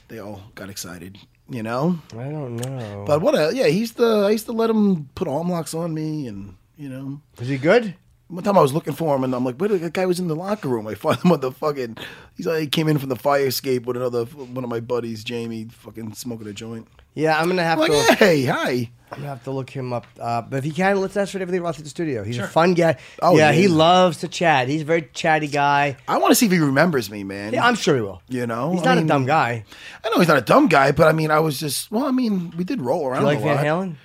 D: They all got excited, you know.
A: I don't know.
D: But what a yeah. He used to. I used to let him put arm locks on me, and you know.
A: Is he good?
D: One time I was looking for him, and I'm like, "Where the guy was in the locker room?" I find the motherfucking. He's like, he came in from the fire escape with another one of my buddies, Jamie, fucking smoking a joint.
A: Yeah, I'm gonna have
D: I'm like,
A: to.
D: "Hey, hi."
A: I'm gonna have to look him up. Uh, but if he can, let's ask for David Lee Roth at the studio. He's a fun guy.
D: Oh,
A: yeah,
D: yeah.
A: he loves to chat. He's a very chatty guy.
D: I want to see if he remembers me, man.
A: Yeah, I'm sure he will.
D: You know,
A: he's
D: I
A: not
D: mean-
A: a dumb guy.
D: I know he's not a dumb guy, but I mean, I was just. Well, I mean, we did roll
A: Do
D: around
A: you like
D: a
A: Van
D: lot.
A: Halen?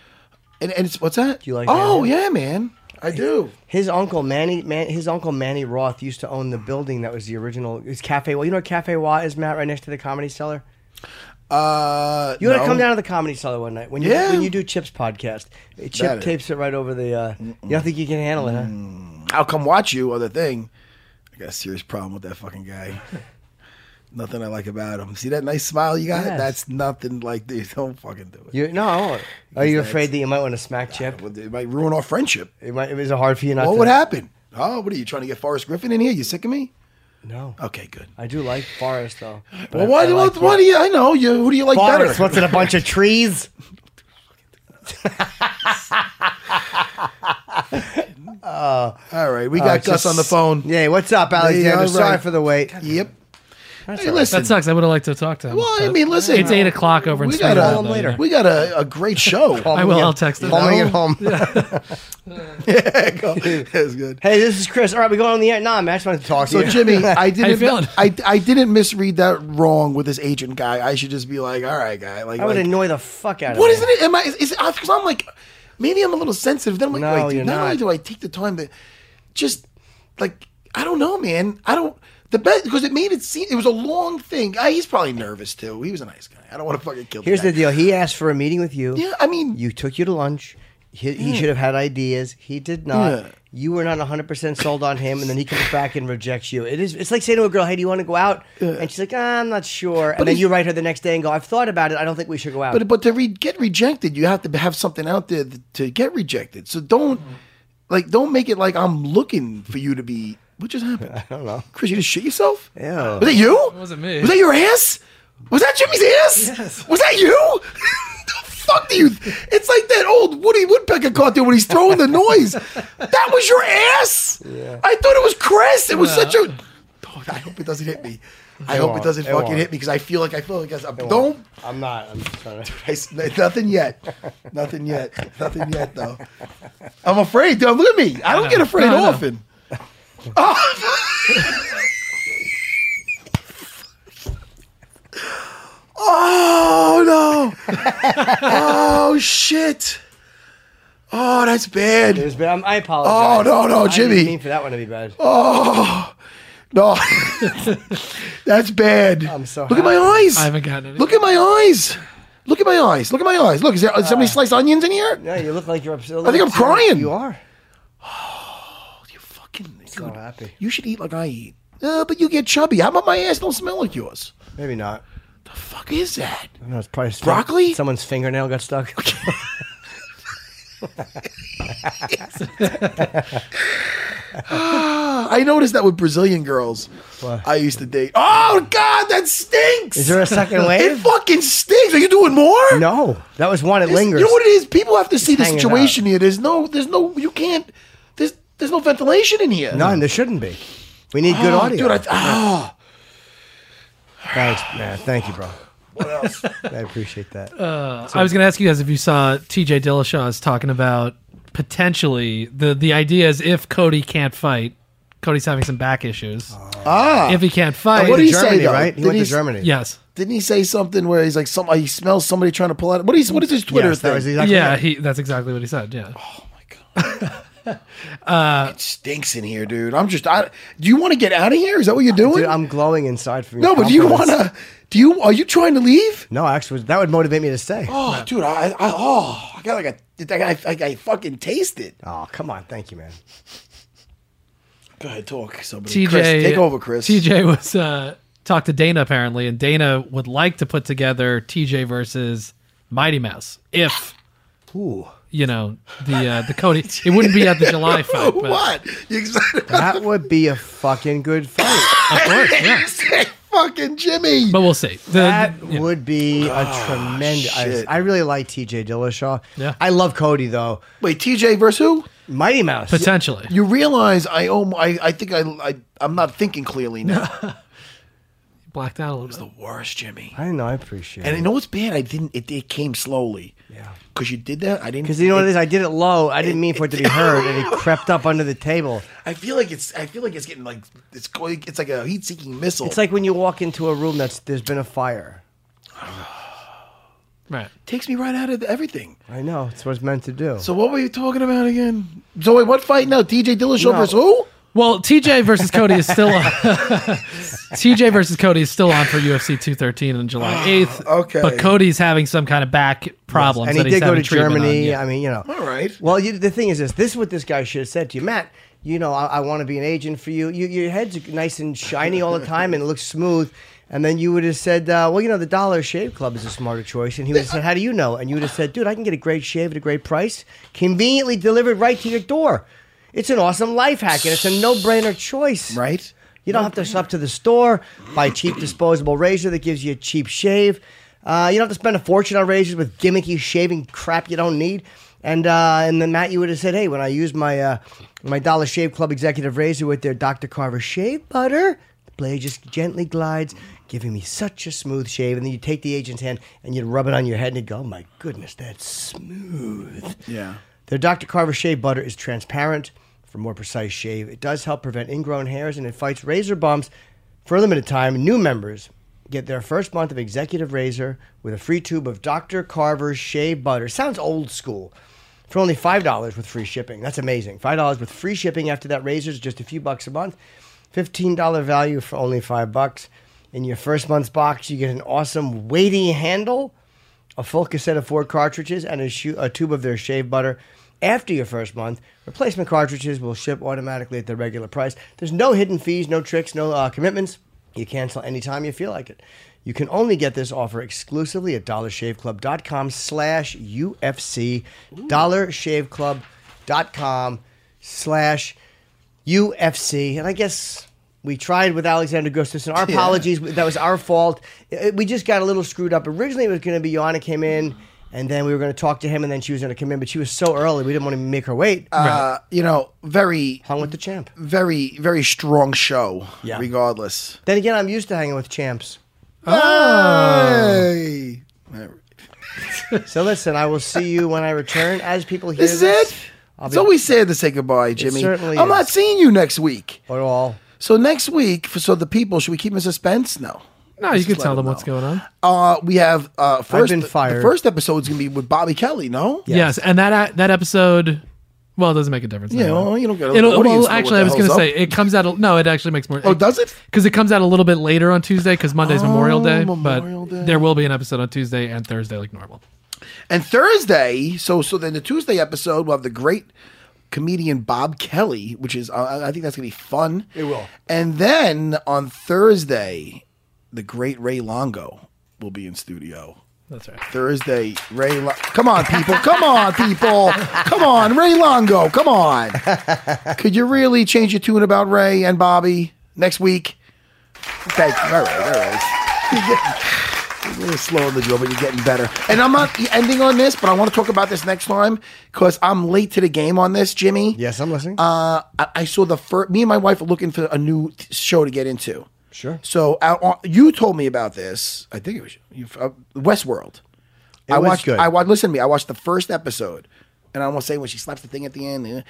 D: And, and it's what's that?
A: Do you like
D: Oh
A: Van Halen?
D: yeah, man,
A: [laughs]
D: I do.
A: His uncle Manny, Man, his uncle Manny Roth used to own the building that was the original. It's Cafe. Well, you know what Cafe Wa is, Matt, right next to the Comedy Cellar.
D: Uh,
A: You gotta
D: no.
A: come down to the Comedy Cellar one night when you
D: Yeah.
A: when you do Chip's podcast. Chip
D: That is- Mm.
A: tapes it right over the. Uh, you don't think you can handle it? Huh?
D: I'll come watch you. Other thing, I got a serious problem with that
A: [laughs]
D: fucking guy. nothing I like about him. See that nice smile you got?
A: Yes.
D: That's nothing like this. [laughs] Don't fucking do it.
A: You no. I won't. Are you afraid that you might want to smack Chip?
D: Well, it might ruin our friendship.
A: It might. It was hard for you not.
D: What
A: to,
D: would happen? Oh, what are you trying to get Forrest Griffin in here? You sick of me?
A: No.
D: Okay, good.
A: I do like Forrest though. but
D: well,
A: I-
D: why
A: I
D: do
A: like
D: why do you? I know you. Who do you like
A: Forrest?
D: better? [laughs]
A: What's in a bunch of trees?
D: All right, we got Gus on the phone.
A: Yeah. What's up,
D: There you
A: Alexander?
D: are,
A: Sorry
D: right.
A: for the wait.
D: Yep. That's hey, listen.
G: That sucks. I would have liked to talk to him.
D: Well, I
G: but
D: mean, listen.
G: It's eight o'clock over in
D: We got
G: Sweden,
D: a
G: though, yeah.
D: we got a, a great show.
G: I will. I'll text him.
A: Call me at home.
D: yeah, go. oh, That's good.
A: Hey, this is Chris. All right, we're going on the air. Nah, man, I just wanted to talk to
D: So
A: you.
D: Jimmy, I
G: you
D: didn't.
G: feeling?
D: [laughs] I, I didn't misread that wrong with this agent guy. I should just be like, all right, guy. Like,
A: I would
D: like,
A: annoy the fuck out of
D: What
A: him.
D: is it? Am I? Is, is it? Because I'm like, maybe I'm a little sensitive. Then I'm like,
A: No,
D: wait,
A: you're
D: dude. Not, only
A: not.
D: do I take the time to, just like, I don't know, man. I don't. The best because it made it seem it was a long thing. I, he's probably nervous too. He was a nice guy. I don't want to fucking kill.
A: Here's
D: guy.
A: the deal. He asked for a meeting with you.
D: Yeah, I mean,
A: You took you to lunch. He, he should have had ideas. He did not.
D: Yeah.
A: You were not 100% sold on him, and then he comes back and rejects you. It is, it's like saying to a girl, hey, do you want to go out? And she's like, ah, I'm not sure. And then
D: he-
A: you write her the next day and go, I've thought about it. I don't think we should go out.
D: But but to re- get rejected, you have to have something out there th- to get rejected. So don't
G: Mm-hmm.
D: like don't make it like I'm looking for you to be. What just happened? [laughs] I don't know. Chris, you just shit yourself.
A: Ew.
D: Was that you? It
G: wasn't me.
D: Was that your ass? Was that Jimmy's ass?
G: Yes.
D: Was that you? [laughs] the fuck do you? It's like that old Woody Woodpecker cartoon when he's throwing the noise. that was your ass. I thought it was Chris. It was such a. Oh, I hope it doesn't hit me. I hope
A: won't.
D: it doesn't
A: It
D: fucking
A: won't.
D: hit me because I feel like I feel like I, don't
A: I'm not. I'm sorry.
D: I s- [laughs] nothing yet. nothing yet. Nothing yet, though. I'm afraid, though. Look at me. I don't get afraid
G: No, I know.
D: often. [laughs] Oh. oh, no. Oh, shit. Oh, that's
A: It
D: bad.
A: was bad. I'm- I apologize.
D: Oh, no, no,
A: I
D: Jimmy.
A: didn't mean for that one to be bad.
D: Oh, no. [laughs] that's bad.
A: I'm so
D: Look at my
A: happy.
D: eyes.
G: I haven't gotten it.
D: Look at my eyes. Look at my eyes. Look at my eyes. Look, is there is somebody
A: Uh,
D: sliced onions in here?
A: No, you look like you're upset.
D: I think I'm crying.
A: You are.
D: You fucking
A: So
D: dude,
A: happy.
D: You should eat like I eat. Uh, but you get chubby. How about my ass don't smell like yours?
A: Maybe not.
D: The fuck is that?
A: No, it's probably
D: Broccoli?
A: Someone's fingernail got stuck. [laughs]
D: Uh, I noticed that with Brazilian girls I used to date. Oh God, that stinks.
A: Is there a second
D: it
A: wave?
D: fucking stinks. Are you doing more?
A: no, that was one. It
D: This-
A: lingers.
D: You know what it is? People have to see the
A: hanging
D: situation here. There's no, there's no, you can't. There's, there's no ventilation in here.
A: None. There shouldn't be. We need good
D: Oh,
A: audio.
D: Dude, I, oh,
A: Thanks, man. Thank you,
D: [sighs]
A: bro. What else? I appreciate that.
D: Uh,
G: I was going to ask you guys if you saw T.J. Dillashaw is talking about potentially the the idea is if Cody can't fight, Cody's having some back issues.
D: ah.
G: if he can't fight,
D: what do
A: to
D: you say,
A: Germany,
D: though?
A: right? He
D: Did
A: went
D: he
A: to
D: s-
A: Germany.
G: yes,
D: Didn't he say something where he's like, some, he smells somebody trying to pull out? What is, what is his Twitter
A: Yes,
D: thing?
A: that was exactly.
G: yeah,
A: it.
G: he that's exactly what he said. Yeah,
D: Oh, stinks in here, dude. I'm just. I, do you want to get out of here? Is that what you're doing?
A: Dude, I'm glowing inside from your
D: no, but do you want
A: compliments.
D: to? Do you? Are you trying to leave?
A: No, actually, that would motivate me to stay. Oh,
D: Oh, dude, I, I, oh, I got like a, I, I, I fucking taste it.
A: come on, thank you, man.
D: Go ahead, talk. Somebody,
G: TJ,
D: Chris, take over, Chris.
G: TJ was uh, talked to Dana apparently, and Dana would like to put together TJ versus Mighty Mouse if
A: Ooh,
G: you know the uh, the Cody. It wouldn't be
D: [laughs]
G: at the July fight, but
D: what? You excited? about [laughs]
A: that would be a fucking good fight.
G: of course, yeah.
D: fucking Jimmy.
G: But we'll see. The-
A: That
G: yeah.
A: would be a tremendous. I,
D: shit.
A: I really like T.J. Dillashaw.
G: Yeah.
A: I love Cody though.
D: Wait, TJ versus who?
A: Mighty Mouse.
G: potentially.
D: You realize I owe. I, I think I, I, I'm not thinking clearly now.
G: blacked out a little bit.
D: Worse, Jimmy.
A: I know. I appreciate
D: And
A: it.
D: you know what's bad? I didn't. It, it came slowly. Yeah. Because you did that. I didn't.
A: Because you know what it is, I did it low. I didn't mean for it to be heard, and it crept up under the table.
D: I feel like it's. I feel like it's getting like it's going. It's like a heat-seeking missile.
A: It's like when you walk into a room that's there's been a fire.
G: Right.
D: takes me right out of everything.
A: I know it's what it's meant to do.
D: So what were you talking about again? So wait, what fight now? DJ Dillashaw
A: No.
D: versus who?
G: Well, TJ versus Cody is still on. [laughs] TJ versus Cody is still on for UFC 213 on July 8th.
D: Ah, Okay.
G: But Cody's having some kind of back problems.
A: and he
G: that he's
A: did go
G: having
A: to
G: treatment on,
A: Germany.
G: yeah.
A: I mean, you know.
D: All right.
A: Well, you, the thing is this: this is what this guy should have said to you, Matt. You know, I, I want to be an agent for you. you. Your head's nice and shiny all the time, and it looks smooth. And then you would have said, uh, "Well, you know, the Dollar Shave Club is a smarter choice." And he would have said, "How do you know?" And you would have said, "Dude, I can get a great shave at a great price, conveniently delivered right to your door. It's an awesome life hack, and it's a no-brainer choice."
D: Right.
A: You don't have to shop to the store, buy cheap disposable razor that gives you a cheap shave. Uh, you don't have to spend a fortune on razors with gimmicky shaving crap you don't need. And uh, and then Matt, you would have said, hey, when I use my uh, my Dollar Shave Club executive razor with their Dr. Carver shave butter, blade just gently glides, giving me such a smooth shave. And then you take the agent's hand and you'd rub it on your head and you'd go, oh my goodness, that's smooth.
D: Yeah.
A: Their Dr. Carver shave butter is transparent for more precise shave. It does help prevent ingrown hairs and it fights razor bumps. For a limited time, new members get their first month of Executive Razor with a free tube of Dr. Carver's shave butter. Sounds old school. For only $5 with free shipping. That's amazing. $5 with free shipping after that razor is just a few bucks a month. $15 value for only 5 bucks. In your first month's box, you get an awesome weighty handle a full cassette of four cartridges, and a, shoe, a tube of their shave butter. After your first month, replacement cartridges will ship automatically at the regular price. There's no hidden fees, no tricks, no uh, commitments. You cancel anytime you feel like it. You can only get this offer exclusively at dollarshaveclub.com slash UFC, dollarshaveclub.com slash UFC. And I guess we tried with Alexander Gustafson.
D: [laughs]
A: Our apologies. That was our fault. It- we just got a little screwed up. Originally, it was going to be Yana came in, and then we were going to talk to him, and then she was going to come in, but she was so early, we didn't want to make her wait.
D: Uh, you know, very,
A: Hung with the champ.
D: very, very strong show.
A: Yeah.
D: Regardless.
A: Then again, I'm used to hanging with champs.
D: Um, Hey.
A: So listen, I will see you when I return. As people hear
D: This is it.
A: I'll
D: It's
A: be-
D: always sad to say goodbye, Jimmy.
A: certainly
D: I'm
A: is.
D: not seeing you next week.
A: or all.
D: So next week, for, so the people, should we keep in suspense? No.
G: No, you
D: Just
G: can
D: let
G: tell them
D: know.
G: what's going on.
D: Uh, we have uh, 1st
A: been
D: The
A: fired.
D: first episode's gonna be with Bobby Kelly. No.
G: Yes, and that uh, that episode. Well, it doesn't make a difference.
D: Yeah,
G: anyway.
D: well, you don't get a
G: It'll,
D: audience know
G: well,
D: what
G: actually,
D: the
G: I was
D: hell's
G: gonna
D: up.
G: say it comes out. a- No, it actually makes more.
D: Oh, does it? Oh,
G: Because it comes out a little bit later on Tuesday because Monday's Memorial Day,
D: Memorial
G: but
D: Day.
G: there will be an episode on Tuesday and Thursday like normal.
D: And Thursday, so so then the Tuesday episode we'll have the great comedian Bob Kelly, which is uh, I think that's gonna be fun. It
A: will.
D: And then on Thursday, the great Ray Longo will be in studio.
G: That's right.
D: Thursday, Ray. Lo- come on, people. Come on, people. Come on, Ray Longo. Come on. Could you really change your tune about Ray and Bobby next week? Thank you. All right, all right. You're getting a little slow on the drill, but you're getting better. And I'm not ending on this, but I want to talk about this next time because I'm late to the game on this, Jimmy.
A: Yes, I'm listening.
D: Uh, I, I saw the first. Me and my wife are looking for a new t- show to get into.
A: Sure.
D: So out on, you told me about this. I think it was you, uh, Westworld. I
A: was
D: watched.
A: good.
D: I watched. Listen to me. I watched the first episode, and I want to say when she slaps the thing at the end. eh,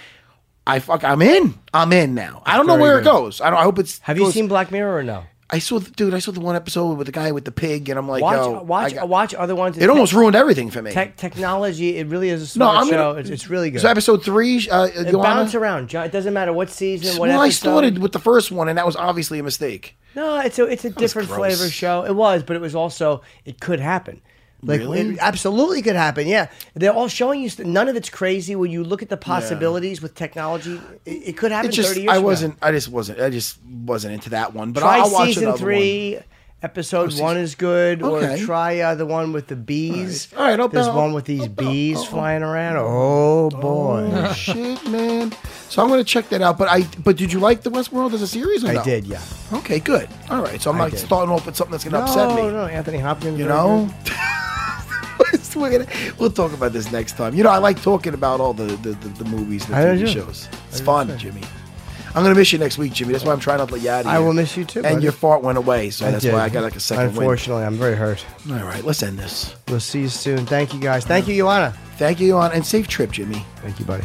D: I fuck. I'm in. I'm in now. I don't know where it goes. I don't. I hope it's.
A: Have you
D: goes-
A: seen Black Mirror or no?
D: I saw the dude. I saw the one episode with the guy with the pig, and I'm like,
A: Watch, uh,
D: yo,
A: watch,
D: I got-
A: watch other ones.
D: It almost ruined everything for me.
A: Tech, technology. It really is a
D: no,
A: smart
D: I'm
A: show.
D: gonna.
A: it's, it's really good.
D: So episode three. Uh,
A: it
D: Joanna?
A: bounces around. John, it doesn't matter what season, what
D: well, I
A: episode.
D: started with the first one, and that was obviously a mistake.
A: No, it's a it's a different
D: gross.
A: flavor show. It was, but it was also it could happen. Like
D: Really?
A: it absolutely could happen. Yeah, they're all showing you. St- none of it's crazy. When you look at the possibilities with technology, it, it could happen.
D: It just,
A: Thirty years.
D: I
A: from now.
D: wasn't. I just wasn't. I just wasn't into that one. But
A: Try
D: I'll, I'll watch
A: season
D: another
A: three, episode one is good.
D: Okay.
A: Or try uh, the one with the bees.
D: All right, I'll
A: There's
D: bow-
A: one with these
D: I'll bow-
A: bees
D: oh, oh.
A: flying around. Oh boy.
D: one. Shit, man. So I'm gonna check that out. But I. But did you like the Westworld as a series? Or
A: I
D: no?
A: did, yeah.
D: Okay, good. All right. So I'm not
A: did.
D: starting off with something that's gonna upset me.
A: No, no, Anthony Hopkins.
D: You
A: very
D: know. It's- [laughs] we're gonna- we'll talk about this next time. You know, I like talking about all the the, the, the movies, the
A: I do
D: TV
A: too.
D: shows. It's fun, Jimmy. I'm gonna miss you next week, Jimmy. That's why I'm trying not to let you out of
A: I
D: here.
A: will miss you too,
D: And
A: buddy.
D: your fart went away, so
A: good.
D: that's
A: did.
D: why I got like a second wind.
A: Unfortunately, I'm very hurt.
D: All right, let's end this.
A: We'll see you soon. Thank you guys. Thank you, Joanna.
D: Thank you, Johan, and safe trip, Jimmy.
A: Thank you, buddy.